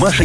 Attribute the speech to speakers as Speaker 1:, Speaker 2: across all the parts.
Speaker 1: Маша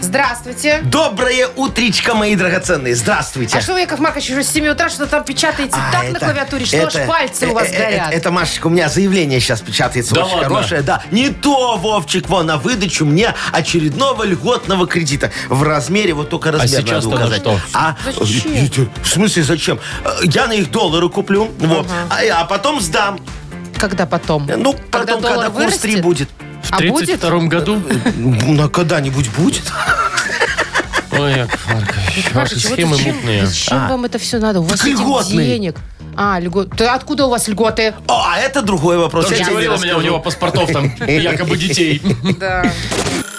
Speaker 2: Здравствуйте.
Speaker 3: Доброе утречко, мои драгоценные. Здравствуйте.
Speaker 2: А что вы, Яков Маркович, уже с 7 утра что там печатаете
Speaker 3: А,
Speaker 2: так на
Speaker 3: это-
Speaker 2: клавиатуре, что аж
Speaker 3: это-
Speaker 2: пальцы у вас
Speaker 3: э, э, э,
Speaker 2: горят?
Speaker 3: Это, Машечка, у меня заявление сейчас печатается
Speaker 4: Да
Speaker 3: очень
Speaker 4: ладно?
Speaker 3: хорошее. Да, не то, Вовчик, вон, на выдачу мне очередного льготного кредита в размере, вот только размер надо
Speaker 4: сейчас-то на
Speaker 3: указать.
Speaker 4: А что?
Speaker 3: А,
Speaker 2: Зачем?
Speaker 3: э, э, В смысле зачем? Э, Я на их доллары куплю, вот, а, я- а потом сдам.
Speaker 2: Когда потом?
Speaker 3: Ну,
Speaker 2: Когда
Speaker 3: потом, когда
Speaker 2: доллар
Speaker 3: курс 3
Speaker 2: вырастет?
Speaker 3: будет.
Speaker 4: В
Speaker 2: А будет?
Speaker 4: 32 году?
Speaker 3: Ну, когда-нибудь будет.
Speaker 4: Ой, Яков Маркович, ваши
Speaker 2: Маркович, вот
Speaker 4: схемы
Speaker 2: зачем,
Speaker 4: мутные.
Speaker 2: зачем вам это все надо? У вас
Speaker 3: А. Так
Speaker 2: этих
Speaker 3: льготные.
Speaker 2: денег. А, льгот. Да откуда у вас льготы?
Speaker 3: О, а это другой вопрос.
Speaker 4: Тоже
Speaker 3: Я тебе
Speaker 4: говорил, у меня у
Speaker 3: расскажу.
Speaker 4: него паспортов там якобы детей.
Speaker 2: Да.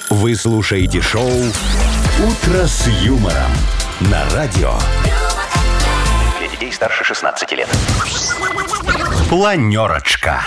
Speaker 1: Вы слушаете шоу «Утро с юмором» на радио. Для детей старше 16 лет. Планерочка.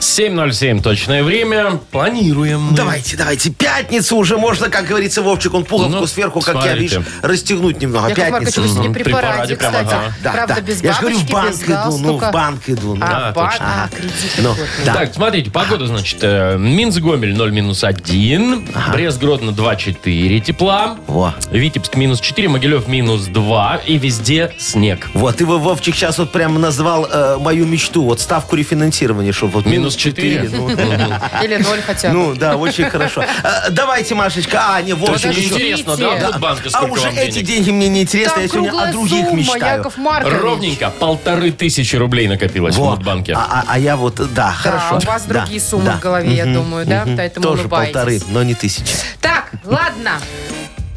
Speaker 4: 7.07 точное время. Планируем. мы.
Speaker 3: Давайте, давайте. Пятницу уже можно, как говорится, Вовчик, он пуговку
Speaker 4: Ну,
Speaker 3: сверху, как я,
Speaker 4: смотрите.
Speaker 3: видишь, расстегнуть немного.
Speaker 2: Яков Маркович,
Speaker 3: А Пятница. ну,
Speaker 2: вы сегодня
Speaker 4: Мгм,
Speaker 2: при
Speaker 4: при параде
Speaker 2: параде,
Speaker 4: прямо,
Speaker 2: кстати.
Speaker 4: ага.
Speaker 3: Да,
Speaker 2: Правда,
Speaker 3: да.
Speaker 2: без
Speaker 3: Я же говорю, в
Speaker 2: бабочки,
Speaker 3: банк
Speaker 2: без
Speaker 3: иду, ну,
Speaker 2: галстука.
Speaker 3: в банк иду. ну.
Speaker 2: А,
Speaker 4: Да,
Speaker 2: банк,
Speaker 4: точно.
Speaker 2: а, кредит
Speaker 3: Ну,
Speaker 2: льготный.
Speaker 3: да.
Speaker 4: Так, смотрите, погода, значит, э, Минск, Гомель 0 минус 1, Брест, Гродно 2,4 тепла,
Speaker 3: Во.
Speaker 4: Витебск минус 4, Могилев минус 2 и везде снег.
Speaker 3: Вот, и вы, Вовчик, сейчас вот прям назвал э, мою мечту, вот ставку рефинансирования, чтобы вот
Speaker 4: Минус
Speaker 3: четыре,
Speaker 4: 4. Мгм.
Speaker 2: Или ноль хотя бы.
Speaker 3: Ну, да, очень хорошо. Э, Давайте, Машечка. А, не, Вовчик
Speaker 4: Очень
Speaker 2: Подождите.
Speaker 3: еще.
Speaker 4: интересно, да,
Speaker 2: Да.
Speaker 4: тут банка
Speaker 3: А
Speaker 4: сколько
Speaker 3: уже
Speaker 4: вам
Speaker 3: эти
Speaker 4: денег?
Speaker 3: деньги мне не интересны,
Speaker 2: Там
Speaker 3: я сегодня о
Speaker 2: круглая
Speaker 3: других
Speaker 2: сумма,
Speaker 3: мечтаю.
Speaker 2: Яков Маркович.
Speaker 4: Ровненько полторы тысячи рублей накопилось
Speaker 3: Во.
Speaker 4: в банке.
Speaker 3: А, а- а я вот, да,
Speaker 2: Да,
Speaker 3: хорошо.
Speaker 2: у вас
Speaker 3: Да,
Speaker 2: другие суммы
Speaker 3: да.
Speaker 2: в голове, я думаю, да? Поэтому
Speaker 3: Тоже
Speaker 2: улыбаетесь.
Speaker 3: полторы, но не тысячи.
Speaker 2: Так, ладно.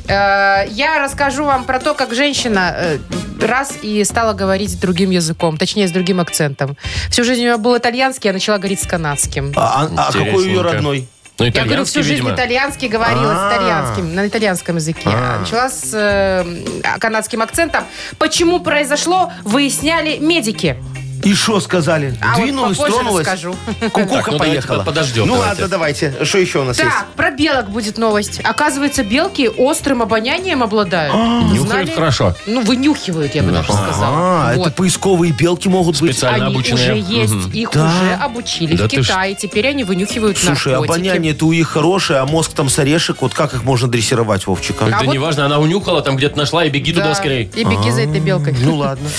Speaker 2: Э, Я расскажу вам про то, как женщина э, раз и стала говорить другим языком, точнее, с другим акцентом. Всю жизнь у нее был итальянский, я начала говорить с канадским.
Speaker 3: А, а- а какой ее
Speaker 4: Интересненько.
Speaker 3: родной?
Speaker 4: Ну,
Speaker 2: Я говорю, всю
Speaker 4: итальянский,
Speaker 2: жизнь
Speaker 4: видимо.
Speaker 2: итальянский говорила, с
Speaker 3: А.
Speaker 2: итальянским, на итальянском языке.
Speaker 3: А.
Speaker 2: Начала с э, м, канадским акцентом. Почему произошло, выясняли медики.
Speaker 3: И что сказали?
Speaker 2: А вот
Speaker 3: Двинулась,
Speaker 2: попозже
Speaker 3: тронулась.
Speaker 2: расскажу.
Speaker 3: Кукуха
Speaker 4: Так, ну давайте
Speaker 3: поехала.
Speaker 4: под- подождем,
Speaker 3: Ну
Speaker 4: давайте.
Speaker 3: ладно, давайте. Что еще у нас есть?
Speaker 2: Так, про белок будет новость. Оказывается, белки острым обонянием обладают.
Speaker 4: А, Нюхают
Speaker 2: Знали?
Speaker 4: хорошо.
Speaker 2: Ну, вынюхивают, я бы даже сказала.
Speaker 3: А,
Speaker 2: Вот.
Speaker 3: это поисковые белки могут быть.
Speaker 4: Специально
Speaker 2: Они
Speaker 4: обученные.
Speaker 2: уже есть,
Speaker 4: Мгм.
Speaker 2: их
Speaker 3: Да?
Speaker 2: уже обучили
Speaker 4: Да
Speaker 2: в
Speaker 4: ты ж-
Speaker 2: Китае. Теперь они вынюхивают
Speaker 3: Слушай,
Speaker 2: наркотики.
Speaker 3: обоняние-то у них хорошее, а мозг там с орешек. Вот как их можно дрессировать, Вовчика?
Speaker 4: Да
Speaker 2: А вот-
Speaker 4: неважно, она унюхала, там где-то нашла, и беги туда скорее. А.
Speaker 2: И беги за этой белкой.
Speaker 3: Ну ладно.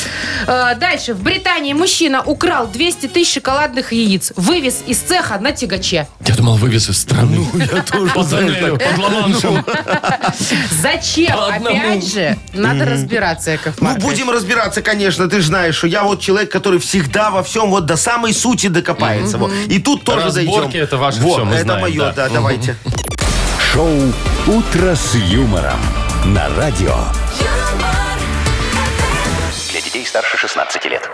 Speaker 2: Э, Дальше. В Британии мужчина украл 200 тысяч шоколадных яиц. Вывез из цеха на тягаче.
Speaker 4: Я думал, вывез из страны.
Speaker 2: Ну,
Speaker 3: Я тоже
Speaker 4: По
Speaker 3: знаю,
Speaker 4: тоннелю,
Speaker 3: так.
Speaker 4: под Ла-Маншем.
Speaker 2: Зачем?
Speaker 4: По одному.
Speaker 2: Опять же, надо разбираться, Яков
Speaker 3: Ну,
Speaker 2: Маркович.
Speaker 3: будем разбираться, конечно, ты же знаешь, что я вот человек, который всегда во всем вот до самой сути докопается. Вот. И тут тоже
Speaker 4: Разборки
Speaker 3: дойдем.
Speaker 4: это ваше
Speaker 3: вот,
Speaker 4: всё, мы
Speaker 3: это
Speaker 4: знаем,
Speaker 3: мое,
Speaker 4: да.
Speaker 3: да,
Speaker 4: Мгм.
Speaker 3: давайте.
Speaker 1: Шоу «Утро с юмором» на радио. Для детей старше 16 лет.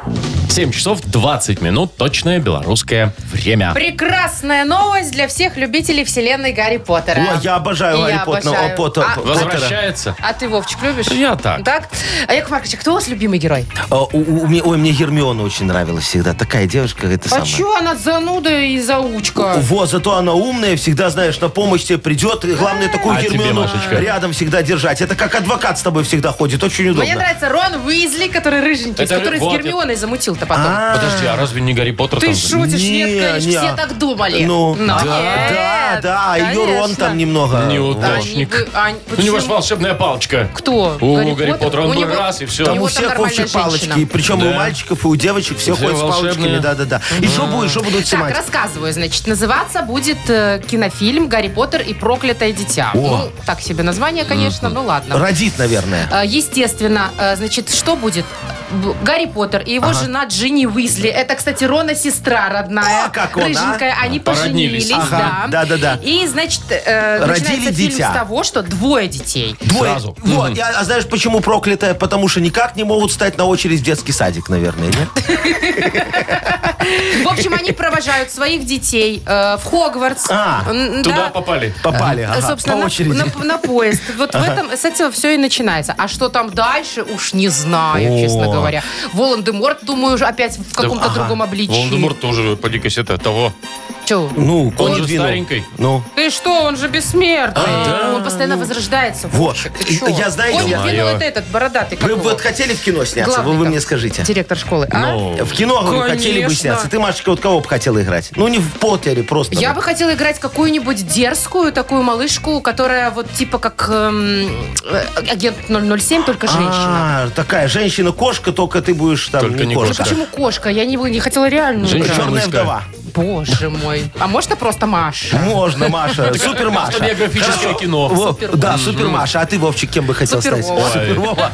Speaker 4: 7 часов 20 минут, точное белорусское время.
Speaker 2: Прекрасная новость для всех любителей вселенной Гарри Поттера.
Speaker 3: О, я обожаю
Speaker 2: И
Speaker 3: Гарри
Speaker 2: я
Speaker 3: Поттера.
Speaker 2: обожаю.
Speaker 3: О, Поттер-
Speaker 2: А-
Speaker 4: Возвращается.
Speaker 2: А ты, Вовчик, любишь?
Speaker 4: Я так.
Speaker 2: Так? А, Яков Маркович, а кто у вас любимый герой?
Speaker 3: А, у- у- у меня- Ой, мне Гермиона очень нравилась всегда. Такая девушка, это
Speaker 2: А
Speaker 3: самая.
Speaker 2: чё она зануда и
Speaker 4: Ну,
Speaker 2: заучка?
Speaker 3: Вот, зато она умная, всегда, знаешь, на помощь тебе придет. И главное, такую
Speaker 4: А тебе,
Speaker 3: Гермиону
Speaker 4: Машечка?
Speaker 3: рядом всегда держать. Это как адвокат с тобой всегда ходит. Очень
Speaker 2: Мне
Speaker 3: удобно.
Speaker 2: нравится Рон Уизли, который рыженький,
Speaker 4: Это ры-
Speaker 2: который с
Speaker 4: вот я-
Speaker 2: Гермионой замутил-то потом.
Speaker 4: Подожди, а разве не Гарри Поттер
Speaker 2: Ты
Speaker 4: там?
Speaker 2: шутишь?
Speaker 3: Не,
Speaker 2: Нет, конечно,
Speaker 3: не.
Speaker 2: все так думали.
Speaker 3: Ну,
Speaker 2: Но нет,
Speaker 3: да, да, а ее Рон
Speaker 2: конечно.
Speaker 3: там немного.
Speaker 4: Не
Speaker 3: вот.
Speaker 2: Да, они
Speaker 4: удачник.
Speaker 2: бы- они-
Speaker 4: У него же
Speaker 2: почему?
Speaker 4: волшебная палочка.
Speaker 2: Кто?
Speaker 4: У Гарри Поттера он
Speaker 2: У
Speaker 4: был
Speaker 2: него-
Speaker 4: раз, и все.
Speaker 2: у
Speaker 3: Там у
Speaker 2: него
Speaker 3: всех
Speaker 2: нормальная
Speaker 3: вообще
Speaker 2: женщина.
Speaker 3: палочки. Причем и у
Speaker 4: Да.
Speaker 3: мальчиков, и у девочек все
Speaker 4: Все
Speaker 3: ходят с палочками.
Speaker 4: волшебные.
Speaker 3: Да, да, да. И что будет, что будут
Speaker 2: Так,
Speaker 3: снимать?
Speaker 2: рассказываю, значит. Называться будет э, кинофильм «Гарри Поттер и проклятое дитя». Ну, так себе название, конечно, ну ладно.
Speaker 3: Родит, наверное.
Speaker 2: Э, Естественно, э, значит, что будет? Б- Гарри Поттер и его жена Джинни Уизли. Это, кстати, Рона сестра родная.
Speaker 3: О, как он, а?
Speaker 2: Рыженькая. Они
Speaker 4: Породнились.
Speaker 2: поженились.
Speaker 3: Ага,
Speaker 2: да.
Speaker 3: да-да-да.
Speaker 2: И, значит, э,
Speaker 3: Родили
Speaker 2: начинается фильм
Speaker 3: дитя.
Speaker 2: с того, что двое детей.
Speaker 3: Двое.
Speaker 4: Сразу.
Speaker 3: Вот. И, А, а знаешь, почему проклятая? Потому что никак не могут стать на очередь в детский садик, наверное. нет?
Speaker 2: В общем, они провожают своих детей э, в Хогвартс.
Speaker 3: А,
Speaker 2: М,
Speaker 4: Туда
Speaker 2: да. Э,
Speaker 4: попали.
Speaker 3: Попали, ага,
Speaker 2: собственно,
Speaker 3: по
Speaker 2: на-
Speaker 3: очереди.
Speaker 2: На, на поезд. Вот в этом, с этого все и начинается. А что там дальше, уж не знаю,
Speaker 3: О.
Speaker 2: честно говоря. Волан-де-Морт, думаю, уже опять в каком-то другом обличии.
Speaker 4: Волдеморт тоже, поди-ка, это того.
Speaker 2: Че?
Speaker 5: Ну,
Speaker 4: Он же
Speaker 5: двинул.
Speaker 4: старенький.
Speaker 5: Ну,
Speaker 2: Ты что, он же бессмертный. Он постоянно возрождается.
Speaker 3: Вот.
Speaker 2: Вовчик, ты чё?
Speaker 3: А, Я знаю,
Speaker 2: Ой,
Speaker 3: я-
Speaker 2: двинул это этот, бородатый. как
Speaker 3: Вы бы
Speaker 2: его?
Speaker 3: вот хотели в кино сняться?
Speaker 2: Главный
Speaker 3: Вы, вы
Speaker 2: там.
Speaker 3: мне скажите.
Speaker 2: Директор школы, а?
Speaker 4: Ну,
Speaker 3: В кино говорю, хотели бы
Speaker 2: Конечно.
Speaker 3: сняться. Ты, Машечка, вот кого бы хотела играть? Ну, не в Поттере, просто.
Speaker 2: Я
Speaker 3: вот.
Speaker 2: бы хотела играть какую-нибудь дерзкую такую малышку, которая вот типа как эм, э, агент 007, только женщина.
Speaker 3: А, такая женщина-кошка, только ты будешь там
Speaker 4: Только не
Speaker 3: не
Speaker 4: кошка.
Speaker 3: кошка.
Speaker 2: Почему кошка? Я не, не хотела реальную.
Speaker 4: Женщина.
Speaker 2: играть.
Speaker 3: Черная
Speaker 4: Мышка.
Speaker 3: вдова.
Speaker 2: Боже мой. А можно просто Маша?
Speaker 3: Можно, Маша. Супер Маша.
Speaker 4: Автобиографическое кино.
Speaker 3: Да, супер Маша. А ты, Вовчик, кем бы хотел
Speaker 2: Супер
Speaker 3: стать?
Speaker 2: Вова.
Speaker 3: Супер Вова.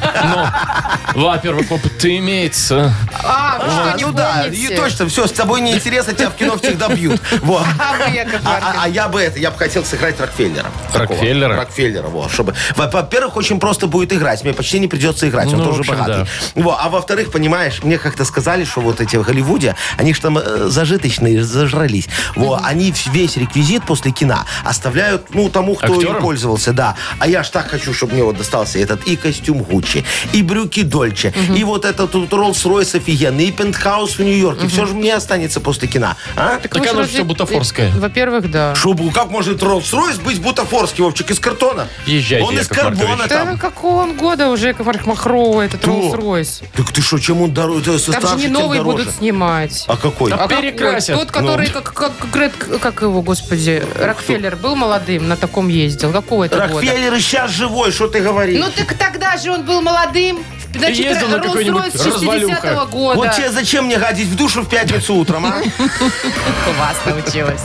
Speaker 4: Ну, во-первых, опыт-то имеется.
Speaker 2: А, вы
Speaker 3: А,
Speaker 2: что, не
Speaker 3: ну да,
Speaker 2: помните?
Speaker 3: и точно, все, с тобой неинтересно, тебя в кино всегда бьют. Вот.
Speaker 2: А вы, Яков
Speaker 3: А,
Speaker 2: Маркович.
Speaker 3: а- а я бы это, я бы хотел сыграть Рокфеллера. Такого.
Speaker 4: Рокфеллера?
Speaker 3: Рокфеллера, вот, чтобы. Во- Во-первых, очень просто будет играть. Мне почти не придется играть. Он
Speaker 4: Ну, в
Speaker 3: тоже
Speaker 4: общем,
Speaker 3: богатый. Во, а во-вторых, понимаешь, мне как-то сказали, что вот эти в Голливуде, они же там э, зажиточные, зажрались.
Speaker 4: Ну.
Speaker 3: Вот, они в- весь реквизит после кино оставляют, ну, тому, кто
Speaker 4: Актерам?
Speaker 3: им пользовался, да. А я ж так хочу, чтобы мне вот достался этот и костюм Гуччи, и брюки Дольче, и вот этот вот Роллс-Ройс офигенный, и пентхаус в Нью-Йорке. Все же мне останется после кино. А?
Speaker 4: Так оно же все бутафорское.
Speaker 2: Во-первых, да.
Speaker 3: Шубу. Как может Роллс-Ройс быть бутафорский, Вовчик, из картона?
Speaker 4: Езжайте,
Speaker 3: Он из
Speaker 4: Яков
Speaker 3: карбона
Speaker 4: Маркович.
Speaker 2: Да
Speaker 3: там.
Speaker 2: какого он года уже, Яков Марк Махрова, этот
Speaker 3: Кто?
Speaker 2: Роллс-Ройс?
Speaker 3: Так ты что, чем он дороже? Это
Speaker 2: Там же
Speaker 3: старше,
Speaker 2: не
Speaker 3: тем
Speaker 2: новые
Speaker 3: дороже.
Speaker 2: будут снимать. Ну.
Speaker 3: А какой?
Speaker 4: Да. Ну,
Speaker 2: А какой?
Speaker 4: Перекрасят.
Speaker 2: Тот, который, как, как, Грет- как его, господи, Рокфеллер был молодым, на таком ездил. Какого это года?
Speaker 3: Рокфеллер сейчас живой, что ты говоришь?
Speaker 2: Ну так тогда же он был молодым. Значит,
Speaker 4: ездил на какой-нибудь
Speaker 2: Роллс-Ройс 60-го
Speaker 4: развалюха.
Speaker 2: года.
Speaker 3: вот тебе зачем мне гадить в душу в пятницу утром, а?
Speaker 2: Класс научилась.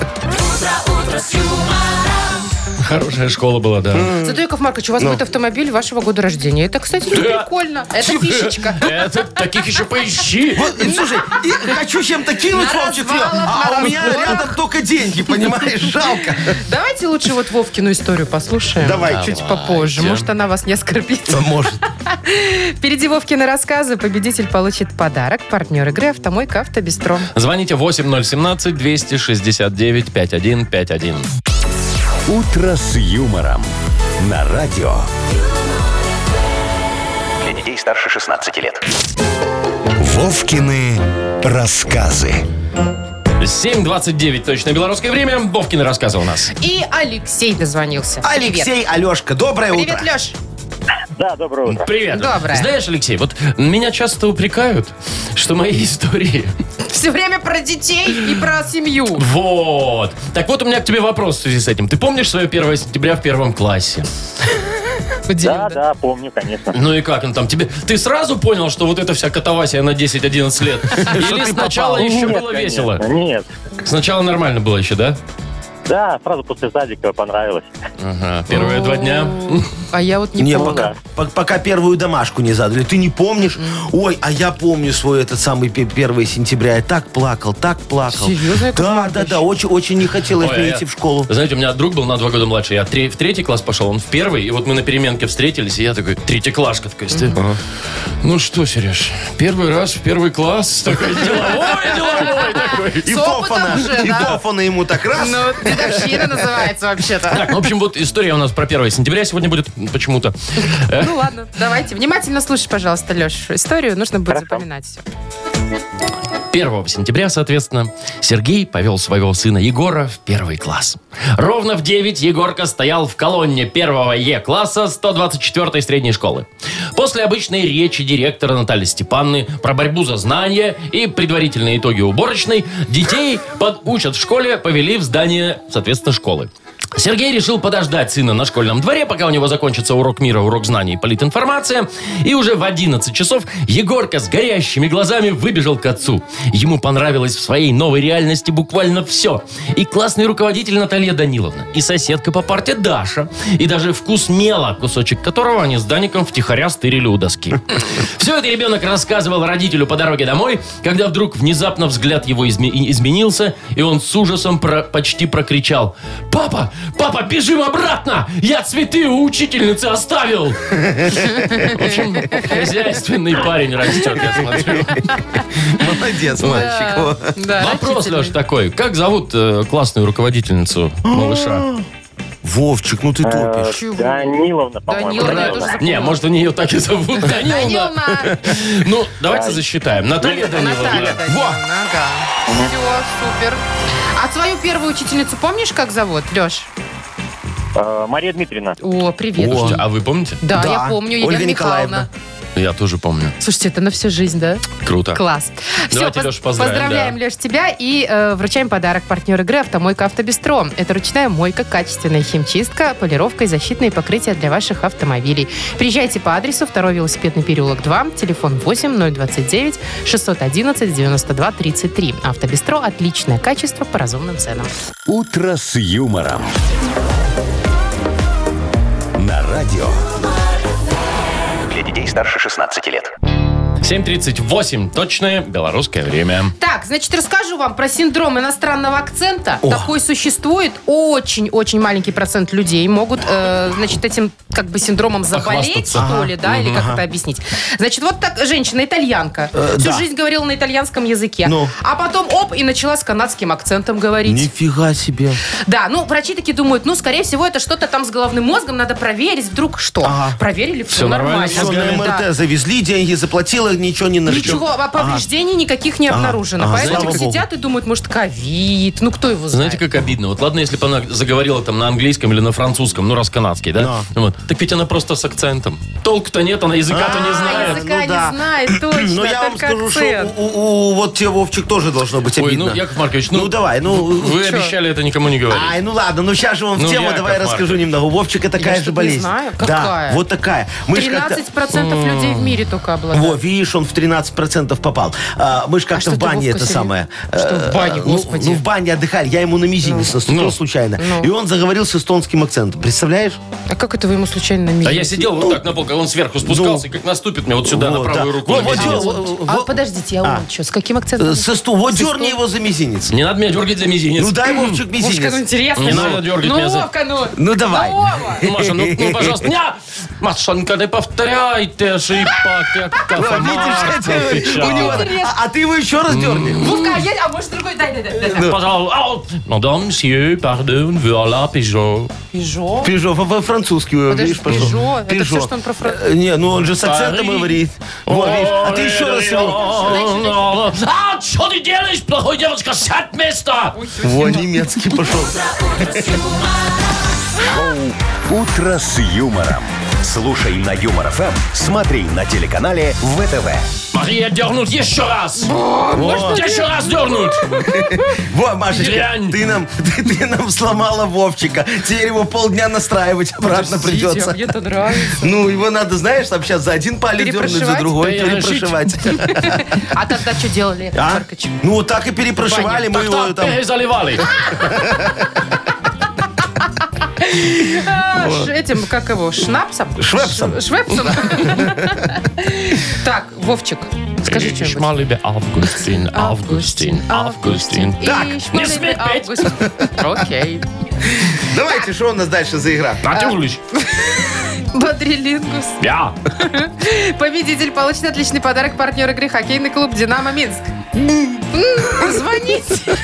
Speaker 4: Хорошая школа была, да.
Speaker 2: Зато, Яков Маркович, у вас будет автомобиль вашего года рождения. Это, кстати, прикольно. Это фишечка.
Speaker 4: Это таких еще поищи.
Speaker 3: Вот, и, Слушай, и хочу чем-то кинуть,
Speaker 2: На
Speaker 3: Вовчик,
Speaker 2: развалах,
Speaker 3: а
Speaker 2: на
Speaker 3: у меня
Speaker 2: разборах.
Speaker 3: рядом только деньги, понимаешь? Жалко.
Speaker 2: Давайте лучше вот Вовкину историю послушаем.
Speaker 3: Давай,
Speaker 2: Чуть
Speaker 3: чуть
Speaker 2: попозже. Может, она вас не оскорбит.
Speaker 3: Может.
Speaker 2: Впереди Вовкины рассказы. Победитель получит подарок. Партнер игры «Автомойка Автобестро».
Speaker 4: Звоните 8017-269-5151.
Speaker 1: «Утро с юмором» на радио.
Speaker 6: Для детей старше 16 лет.
Speaker 1: Вовкины рассказы.
Speaker 4: 7.29, точно белорусское время. Бовкин рассказывал у нас.
Speaker 2: И Алексей дозвонился.
Speaker 3: Алексей, Алешка, доброе
Speaker 2: Привет,
Speaker 3: утро.
Speaker 2: Привет Леш.
Speaker 7: Да, доброе утро.
Speaker 4: Привет.
Speaker 2: Доброе.
Speaker 4: Знаешь, Алексей, вот меня часто упрекают, что мои истории...
Speaker 2: Все время про детей и про семью.
Speaker 4: Вот. Так вот, у меня к тебе вопрос в связи с этим. Ты помнишь свое 1 сентября в первом классе?
Speaker 7: Да, да, помню, конечно.
Speaker 4: Ну и как он там тебе? Ты сразу понял, что вот эта вся катавасия на 10-11 лет? Или сначала еще
Speaker 7: Нет,
Speaker 4: было
Speaker 7: конечно,
Speaker 4: весело?
Speaker 7: Нет.
Speaker 4: Сначала нормально было еще, да?
Speaker 7: Да, сразу после садика понравилось.
Speaker 4: Ага, первые два дня.
Speaker 7: Ну.
Speaker 2: А я вот не
Speaker 3: Не,
Speaker 2: помню.
Speaker 3: пока, по- пока первую домашку не задали. Ты не помнишь? Ой, а я помню свой этот самый пе- 1 сентября. Я так плакал, так плакал.
Speaker 2: Серьезно, Яков
Speaker 3: Да, да,
Speaker 2: Маркович?
Speaker 3: да. Очень, очень не хотелось
Speaker 4: Ой,
Speaker 3: мне
Speaker 4: а
Speaker 3: идти
Speaker 4: я-
Speaker 3: в школу.
Speaker 4: Знаете, у меня друг был на два года младше. Я тре- в третий класс пошел, он в первый. И вот мы на переменке встретились, и я такой, третьеклашка такой стою. Ну что, Сереж, первый раз в первый класс. Такой деловой, деловой такой.
Speaker 3: И
Speaker 2: С опытом
Speaker 3: тофана,
Speaker 2: уже,
Speaker 3: и
Speaker 2: да?
Speaker 3: тофана ему так раз.
Speaker 2: Ну, дедовщина называется вообще-то.
Speaker 4: Так, ну, в общем, вот история у нас про 1 сентября сегодня будет почему-то. Э,
Speaker 2: Ну ладно, давайте. Внимательно слушай, пожалуйста, Леш, историю. Нужно будет
Speaker 7: Хорошо.
Speaker 2: запоминать все.
Speaker 4: 1 сентября, соответственно, Сергей повел своего сына Егора в первый класс. Ровно в 9 Егорка стоял в колонне первого Е-класса 124-й средней школы. После обычной речи директора Натальи Степанны про борьбу за знания и предварительные итоги уборочной, детей подучат в школе, повели в здание, соответственно, школы. Сергей решил подождать сына на школьном дворе, пока у него закончится урок мира, урок знаний и политинформация. И уже в 11 часов Егорка с горящими глазами выбежал к отцу. Ему понравилось в своей новой реальности буквально все. И классный руководитель Наталья Даниловна, и соседка по парте Даша, и даже вкус мела, кусочек которого они с Даником втихаря стырили у доски. Все это ребенок рассказывал родителю по дороге домой, когда вдруг внезапно взгляд его изме- и- изменился, и он с ужасом про- почти прокричал. «Папа! Папа, бежим обратно! Я цветы у учительницы оставил!» В общем, хозяйственный парень растет, я смотрю.
Speaker 3: Молодец, мальчик. Вот.
Speaker 4: Вопрос, Леш, такой. Как зовут э, классную руководительницу малыша?
Speaker 3: Вовчик, ну ты
Speaker 7: Э,
Speaker 3: топишь.
Speaker 2: Чего?
Speaker 7: Даниловна, по-моему.
Speaker 2: Даниловна, я
Speaker 7: правильно?
Speaker 2: тоже
Speaker 4: Не, может, у нее так и зовут Даниловна.
Speaker 2: Даниловна!
Speaker 4: Ну, давайте засчитаем. Наталья Даниловна.
Speaker 2: Наталья Даниловна. Ага. Все, супер. А с твою первую учительницу помнишь, как зовут, Леш?
Speaker 7: Э, Мария Дмитриевна.
Speaker 2: О, привет.
Speaker 4: Слушайте, а вы помните?
Speaker 2: Да,
Speaker 3: Да,
Speaker 2: я помню,
Speaker 3: Ольга
Speaker 2: Елена Михайловна.
Speaker 3: Николаевна.
Speaker 4: Я тоже помню.
Speaker 2: Слушайте, это на всю жизнь, да?
Speaker 4: Круто.
Speaker 2: Класс.
Speaker 4: Давайте,
Speaker 2: Всё,
Speaker 4: Лёш, поздравим,
Speaker 2: поздравляем,
Speaker 4: да.
Speaker 2: Леш, тебя и э, вручаем подарок. Партнер игры «Автомойка Автобестро». Это ручная мойка, качественная химчистка, полировка и защитные покрытия для ваших автомобилей. Приезжайте по адресу 2 велосипедный переулок 2, телефон 8 029 611 92 33. «Автобестро» – отличное качество по разумным ценам.
Speaker 1: «Утро с юмором». На радио.
Speaker 6: Для детей старше 16 лет.
Speaker 4: 7.38, точное белорусское время.
Speaker 2: Так, значит, расскажу вам про синдром иностранного акцента.
Speaker 4: О.
Speaker 2: Такой существует. Очень-очень маленький процент людей могут, э, значит, этим как бы синдромом заболеть,
Speaker 4: Похвастаться.
Speaker 2: что ли, да, или как это объяснить. Значит, вот так женщина-итальянка.
Speaker 4: Э,
Speaker 2: Всю жизнь говорила на итальянском языке.
Speaker 3: Ну.
Speaker 2: А потом, оп, и начала с канадским акцентом говорить.
Speaker 3: Нифига себе.
Speaker 2: Да, ну, врачи такие думают, ну, скорее всего, это что-то там с головным мозгом, надо проверить, вдруг что.
Speaker 3: Ага.
Speaker 2: Проверили, все,
Speaker 4: Всё нормально
Speaker 2: нормально.
Speaker 4: с
Speaker 3: Все, на
Speaker 4: мозгами.
Speaker 2: Да.
Speaker 3: МРТ завезли, деньги заплатила, ничего не нашли.
Speaker 2: Ничего, а повреждений никаких не обнаружено.
Speaker 3: ага,
Speaker 2: Поэтому
Speaker 3: слава
Speaker 2: так
Speaker 3: богу.
Speaker 2: сидят и думают, может, ковид, ну кто его знает.
Speaker 4: Знаете, как обидно? Вот ладно, если бы она заговорила там на английском или на французском, ну раз канадский, да? Вот. Так ведь она просто с акцентом. Толку-то нет, она языка-то не
Speaker 2: А,
Speaker 4: знает.
Speaker 2: языка
Speaker 3: ну
Speaker 2: не
Speaker 3: да.
Speaker 2: знает, точно,
Speaker 3: Но ну, я вам
Speaker 2: только
Speaker 3: скажу, что
Speaker 2: акцент.
Speaker 3: у, у- у- вот тебе, Вовчик, тоже должно быть
Speaker 4: Ой,
Speaker 3: обидно.
Speaker 4: ну, Яков Маркович, ну,
Speaker 3: Ну, давай, ну...
Speaker 4: Вы
Speaker 2: чё?
Speaker 4: обещали это никому не говорить.
Speaker 3: Ай, ну ладно, ну сейчас же вам
Speaker 4: Ну,
Speaker 3: в тему,
Speaker 4: Яков
Speaker 3: давай я расскажу
Speaker 4: Маркович.
Speaker 3: немного. У Вовчика такая
Speaker 2: что-то
Speaker 3: же
Speaker 2: не
Speaker 3: болезнь.
Speaker 2: знаю. Какая?
Speaker 3: Да, вот такая. Мы ж как-то-
Speaker 2: 13% людей в мире только обладают.
Speaker 3: Во, видишь, он в 13% попал. А, мы же как-то
Speaker 2: что
Speaker 3: в
Speaker 2: ты,
Speaker 3: бане
Speaker 2: Вовка,
Speaker 3: это
Speaker 2: серьез-
Speaker 3: самое...
Speaker 2: Что в бане,
Speaker 3: э, ну,
Speaker 2: господи?
Speaker 3: Ну, в бане отдыхали. Я ему на мизинец наступил случайно.
Speaker 2: Ну.
Speaker 3: И он заговорил с эстонским акцентом. Представляешь?
Speaker 2: А как это вы ему случайно намерили?
Speaker 4: А я сидел вот так на полке, а он сверху спускался, и как наступит мне вот сюда, на
Speaker 3: ну. Вот,
Speaker 4: правую
Speaker 3: да.
Speaker 4: руку.
Speaker 3: Вот,
Speaker 4: на
Speaker 3: вот,
Speaker 4: мизинец.
Speaker 3: вот, вот,
Speaker 2: А
Speaker 3: вот.
Speaker 2: подождите, а он что, с каким акцентом?
Speaker 3: Э, Со сту- вот дерни
Speaker 2: стул.
Speaker 3: его за мизинец.
Speaker 4: Не надо меня дергать за мизинец.
Speaker 3: Ну дай, Вовчик,
Speaker 2: Вовка, ну
Speaker 3: мизинец.
Speaker 2: интересно.
Speaker 4: Не
Speaker 2: же.
Speaker 4: надо дергать
Speaker 2: ну,
Speaker 4: меня за-
Speaker 2: Вовка, ну.
Speaker 3: Ну давай.
Speaker 2: Ну, Вова.
Speaker 4: Ну, Маша, ну, ну, пожалуйста, не! Машенька, не повторяйте ошибок, Яков
Speaker 3: Вот,
Speaker 4: Маркович
Speaker 3: видишь, Ну, это у
Speaker 4: отвечал.
Speaker 3: него- А а ты его еще раз дерни.
Speaker 2: Вовка, а я- а может другой? Дай, дай, дай.
Speaker 3: ну.
Speaker 2: дай.
Speaker 4: Пожалуйста. Ау! а Мадам, мсье, пардон, вуаля, пижо.
Speaker 2: Пежо.
Speaker 3: Пежо, во- во- французский, э,
Speaker 2: Подожди,
Speaker 3: видишь, пошел.
Speaker 2: Пежо, это всё, что он про фран-
Speaker 3: Э, Не, ну он же с акцентом
Speaker 4: Пари.
Speaker 3: говорит. Во, видишь, а ты еще раз его...
Speaker 4: А, что ты делаешь, плохой девочка? Сядь место!
Speaker 3: Во, немецкий пошел.
Speaker 1: «Утро с юмором». Слушай на Юмор ФМ, смотри на телеканале ВТВ.
Speaker 4: Мария, дернуть еще раз! Может, еще раз дернуть?
Speaker 3: Во, Машечка,
Speaker 4: Дрянь.
Speaker 3: ты нам, ты, ты нам сломала Вовчика. Теперь его полдня настраивать обратно
Speaker 2: Подождите, а
Speaker 3: придется.
Speaker 2: мне это нравится.
Speaker 3: Ну, его надо, знаешь, там сейчас за один палец дернуть, за
Speaker 2: Перепрошивать?
Speaker 3: другой
Speaker 4: Перешить.
Speaker 3: перепрошивать.
Speaker 2: А тогда что делали, Яков
Speaker 3: А?
Speaker 2: Маркович?
Speaker 3: Ну, вот так и перепрошивали мы его
Speaker 4: Так-так,
Speaker 3: там.
Speaker 4: перезаливали.
Speaker 2: А, ш- этим, как его, шнапсом?
Speaker 3: Швепсом.
Speaker 2: Ш- Швепсом. Так, Вовчик, скажи
Speaker 4: Ich
Speaker 2: что-нибудь.
Speaker 4: mal liebe Augustin, Augustin, Augustin.
Speaker 2: Так,
Speaker 4: не смей петь.
Speaker 2: Окей.
Speaker 3: Давайте, что у нас дальше за игра?
Speaker 4: Natürlich.
Speaker 2: Бодрилингус.
Speaker 4: Ja.
Speaker 2: Победитель получит отличный подарок партнер игры хоккейный клуб «Динамо Минск». М, Звоните.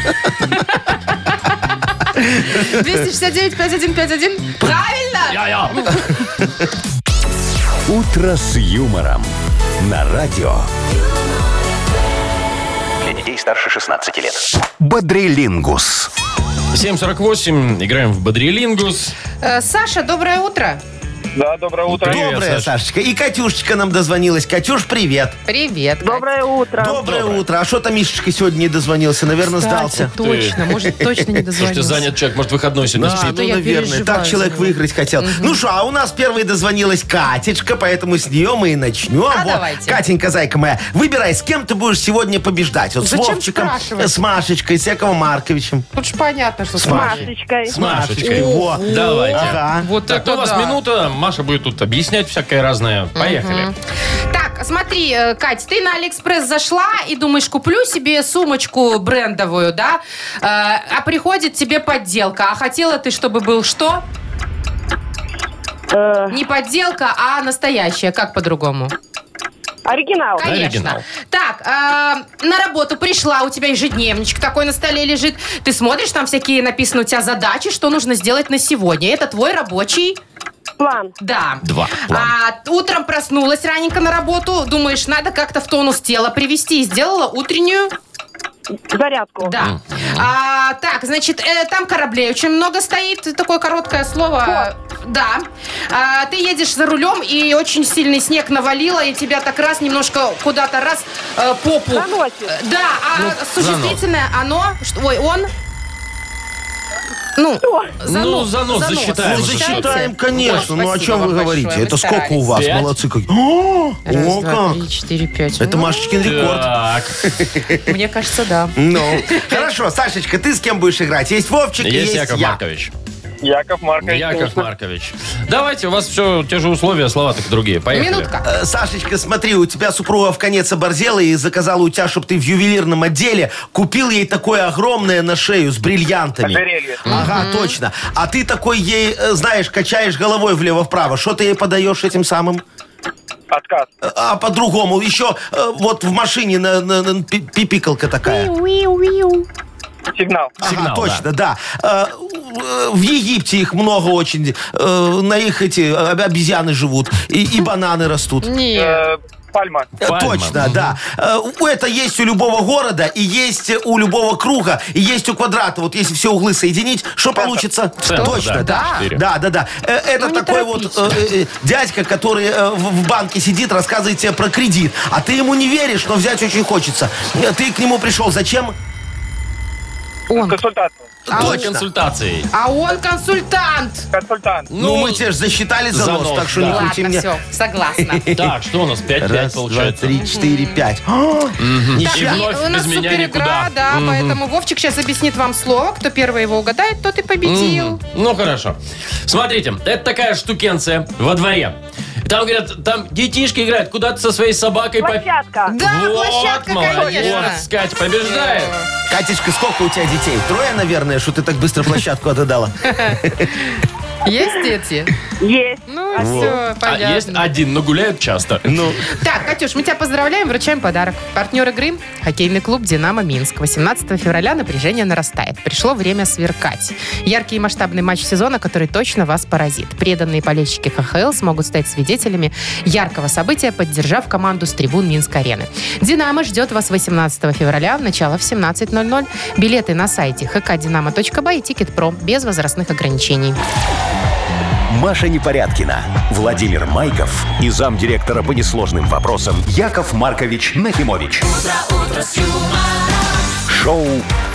Speaker 2: 269-5151. Правильно!
Speaker 4: Ja, ja.
Speaker 1: «Утро с юмором». На радио.
Speaker 6: Для детей старше 16 лет.
Speaker 1: Бодрилингус.
Speaker 4: 7.48. Играем в Бодрилингус.
Speaker 2: Э, Саша, доброе утро.
Speaker 5: Да, доброе утро.
Speaker 4: Привет,
Speaker 3: Доброе,
Speaker 4: Саш.
Speaker 3: Сашечка. И Катюшечка нам дозвонилась. Катюш, привет.
Speaker 2: Привет.
Speaker 8: Доброе утро.
Speaker 3: Доброе, утро. А что там Мишечка сегодня не дозвонился? Наверное,
Speaker 2: Катя.
Speaker 3: сдался.
Speaker 2: Точно, может, точно не
Speaker 4: Слушайте,
Speaker 2: дозвонился.
Speaker 4: занят человек. Может, выходной сегодня
Speaker 3: А,
Speaker 4: спит.
Speaker 3: ну,
Speaker 2: я
Speaker 3: наверное,
Speaker 2: переживаю
Speaker 3: так человек
Speaker 2: за него.
Speaker 3: выиграть хотел. Ну что, а у нас первой дозвонилась Катечка, поэтому с нее мы и начнем.
Speaker 2: А,
Speaker 3: Вот,
Speaker 2: давайте.
Speaker 3: Катенька, зайка моя, выбирай, с кем ты будешь сегодня побеждать. Вот
Speaker 2: Зачем
Speaker 3: с Вовчиком,
Speaker 2: спрашивать?
Speaker 3: э, с Машечкой, с Яковом Марковичем.
Speaker 2: Тут же понятно, что с Машей.
Speaker 8: Машечкой.
Speaker 4: С Машечкой.
Speaker 3: Во.
Speaker 4: Давайте.
Speaker 3: Ага.
Speaker 2: Вот
Speaker 4: Так, ну,
Speaker 2: это
Speaker 4: у вас
Speaker 2: да.
Speaker 4: минута. Маша будет тут объяснять всякое разное. Поехали.
Speaker 2: Так, смотри, э, Кать, ты на Алиэкспресс зашла и думаешь, куплю себе сумочку брендовую, да? Э, А приходит тебе подделка. А хотела ты, чтобы был что?
Speaker 8: Э,
Speaker 2: Не подделка, а настоящая. Как по-другому?
Speaker 8: оригинал.
Speaker 2: Конечно.
Speaker 4: оригинал.
Speaker 2: Так, э, на работу пришла, у тебя ежедневничек такой на столе лежит. Ты смотришь, там всякие написаны у тебя задачи, что нужно сделать на сегодня. Это твой рабочий
Speaker 8: План.
Speaker 2: Да.
Speaker 4: Два.
Speaker 2: А, утром проснулась раненько на работу, думаешь, надо как-то в тонус тела привести. И сделала утреннюю
Speaker 8: Зарядку.
Speaker 2: Да. А, так, значит, э, там кораблей очень много стоит. Такое короткое слово. Да. А, ты едешь за рулем, и очень сильный снег навалило, и тебя так раз немножко куда-то раз э, попу.
Speaker 8: Заносит.
Speaker 2: Э, Да, а существительное оно, что- ой, он... Ну,
Speaker 4: Ну, занос засчитаем.
Speaker 3: Ну,
Speaker 4: Считаете?
Speaker 3: засчитаем, конечно.
Speaker 2: Ой,
Speaker 3: ну, о
Speaker 2: спасибо
Speaker 3: чем вы
Speaker 2: вам
Speaker 3: говорите?
Speaker 2: большое,
Speaker 3: Это
Speaker 2: вы
Speaker 3: сколько у вас?
Speaker 4: старались.
Speaker 3: Молодцы какие. О,
Speaker 2: старались. Раз,
Speaker 3: о,
Speaker 2: два,
Speaker 3: как.
Speaker 2: три, четыре, пять.
Speaker 3: Это
Speaker 2: Ну,
Speaker 3: Машечкин рекорд.
Speaker 4: Так,
Speaker 2: Мне кажется, да.
Speaker 3: Ну, хорошо, Сашечка, ты с кем будешь играть? Есть Вовчик и
Speaker 4: есть
Speaker 3: есть
Speaker 4: Яков
Speaker 3: я.
Speaker 4: Маркович.
Speaker 7: Яков Маркович.
Speaker 4: Яков Маркович. Давайте, у вас все те же условия, слова так другие. Поехали.
Speaker 2: Минутка.
Speaker 3: Э, Сашечка, смотри, у тебя супруга в конец оборзела и заказала у тебя, чтобы ты в ювелирном отделе купил ей такое огромное на шею с бриллиантами.
Speaker 7: Ожерелье.
Speaker 3: Ага, точно. А ты такой ей, э, знаешь, качаешь головой влево-вправо. Что ты ей подаешь этим самым?
Speaker 7: Отказ.
Speaker 3: Э, А по-другому еще э, вот в машине на, на- на пи- пипикалка такая.
Speaker 7: Сигнал.
Speaker 4: Сигнал,
Speaker 3: ага, точно, да. Э, э, В Египте их много очень. Э, На их эти э, обезьяны живут и, и бананы растут.
Speaker 2: Не.
Speaker 7: Э, Пальма.
Speaker 3: Э,
Speaker 4: Пальма.
Speaker 3: Точно, да. Э, у- Это есть у любого города, и есть у любого круга, и есть у квадрата. Вот если все углы соединить, что получится?
Speaker 4: Центр, да,
Speaker 3: Точно, да.
Speaker 4: четыре.
Speaker 3: Да, да, да. Э, Это
Speaker 2: Ну, не
Speaker 3: такой вот э, э, э, дядька, который э, в в банке сидит, рассказывает тебе про кредит. А ты ему не веришь, но взять очень хочется. Э, Ты к нему пришел. Зачем?
Speaker 2: Он.
Speaker 7: Консультант.
Speaker 4: За
Speaker 3: Точно.
Speaker 4: консультацией.
Speaker 2: А он консультант.
Speaker 7: Консультант.
Speaker 3: Ну, мы тебе же засчитали занос,
Speaker 4: занос,
Speaker 3: так что
Speaker 4: да.
Speaker 3: не крути
Speaker 2: Ладно,
Speaker 3: мне.
Speaker 2: все, согласна.
Speaker 4: Так, что у нас? 5-5
Speaker 3: Раз, два,
Speaker 4: получается.
Speaker 3: три, четыре, пять. А,
Speaker 2: Так,
Speaker 4: И
Speaker 2: и
Speaker 4: вновь
Speaker 2: у нас
Speaker 4: без меня
Speaker 2: супер игра,
Speaker 4: никуда.
Speaker 2: да, поэтому Вовчик сейчас объяснит вам слово. Кто первый его угадает, тот и победил.
Speaker 4: Ну, хорошо. Смотрите, это такая штукенция во дворе. Там, говорят, там детишки играют, куда ты со своей собакой... по-
Speaker 8: Площадка.
Speaker 2: Да,
Speaker 4: Вот,
Speaker 2: площадка,
Speaker 4: молодец,
Speaker 2: конечно. Э,
Speaker 4: Кать побеждает.
Speaker 3: Катечка, сколько у тебя детей? Трое, наверное, что ты так быстро площадку отдала.
Speaker 2: Есть дети?
Speaker 8: Есть.
Speaker 2: Ну, все,
Speaker 4: А есть
Speaker 2: понятно.
Speaker 4: один, но гуляют часто.
Speaker 3: Ну,
Speaker 2: Так, Катюш, мы тебя поздравляем, вручаем подарок. Партнер игры – хоккейный клуб «Динамо Минск». 18 февраля напряжение нарастает. Пришло время сверкать. Яркий и масштабный матч сезона, который точно вас поразит. Преданные болельщики КХЛ смогут стать свидетелями яркого события, поддержав команду с трибун Минск-арены. «Динамо» ждет вас 18 февраля, начало в 17.00. Билеты на сайте hkdinamo.by и «Тикет.Про» без возрастных ограничений.
Speaker 1: Маша Непорядкина, Владимир Майков и замдиректора по несложным вопросам Яков Маркович Нахимович. Шоу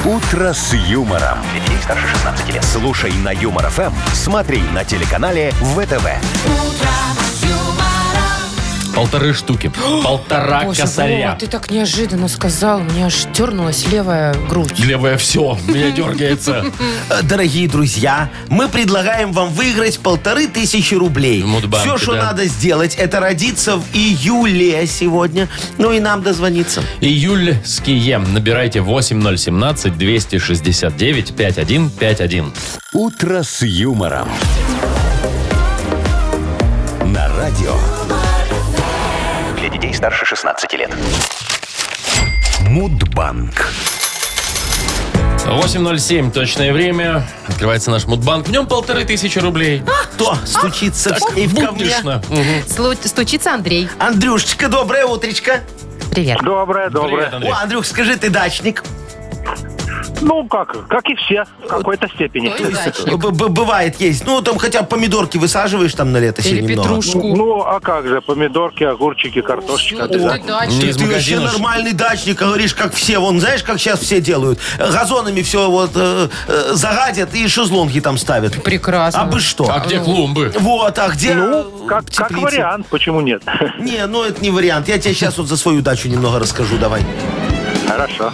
Speaker 1: Утро с юмором. Детей старше 16 лет. Слушай на юмор ФМ, смотри на телеканале ВТВ.
Speaker 4: Полторы штуки. Полтора косаря.
Speaker 2: ты так неожиданно сказал, мне аж дернулась левая грудь.
Speaker 4: Левое все, меня дергается.
Speaker 3: э, дорогие друзья, мы предлагаем вам выиграть полторы тысячи рублей.
Speaker 4: В Мудбанке,
Speaker 3: Все, что
Speaker 4: да.
Speaker 3: надо сделать, это родиться в июле сегодня. Ну и нам дозвониться.
Speaker 4: Июльские. Набирайте 8017-269-5151.
Speaker 1: Утро с юмором. На радио
Speaker 6: Для детей старше 16 лет.
Speaker 1: Мудбанк.
Speaker 4: 8.07 точное время. Открывается наш мудбанк. В нем полторы тысячи рублей.
Speaker 2: А,
Speaker 3: Кто
Speaker 4: А?
Speaker 3: стучится в сейф ко мне?
Speaker 4: Буднично. Мгм.
Speaker 2: Слу- Стучится Андрей.
Speaker 3: Андрюшечка, доброе утречко.
Speaker 2: Привет.
Speaker 7: Доброе,
Speaker 4: Привет, Андрей.
Speaker 3: О, Андрюх, скажи, ты дачник?
Speaker 7: Ну, как, как и все, в какой-то степени.
Speaker 2: Кто из дачников?
Speaker 3: Б- б- Бывает, есть. Ну, там хотя бы помидорки высаживаешь там на лето
Speaker 2: Или
Speaker 3: себе немного.
Speaker 2: петрушку.
Speaker 7: Ну, а как же, помидорки, огурчики, картошечка
Speaker 2: Ну, ты
Speaker 7: обязательно.
Speaker 2: дачник.
Speaker 4: Не из
Speaker 3: Ты вообще
Speaker 4: магазина, что ли?
Speaker 3: нормальный дачник, а говоришь, как все. Вон, знаешь, как сейчас все делают? Э, Газонами все вот э, э, загадят и шезлонги там ставят.
Speaker 2: Прекрасно.
Speaker 3: А бы что?
Speaker 4: А где клумбы?
Speaker 3: Вот, а где
Speaker 7: Ну,
Speaker 3: э,
Speaker 7: как, как
Speaker 3: теплицы?
Speaker 7: вариант, почему нет?
Speaker 3: Не, ну это не вариант. Я тебе сейчас вот за свою дачу немного расскажу, давай.
Speaker 7: Хорошо.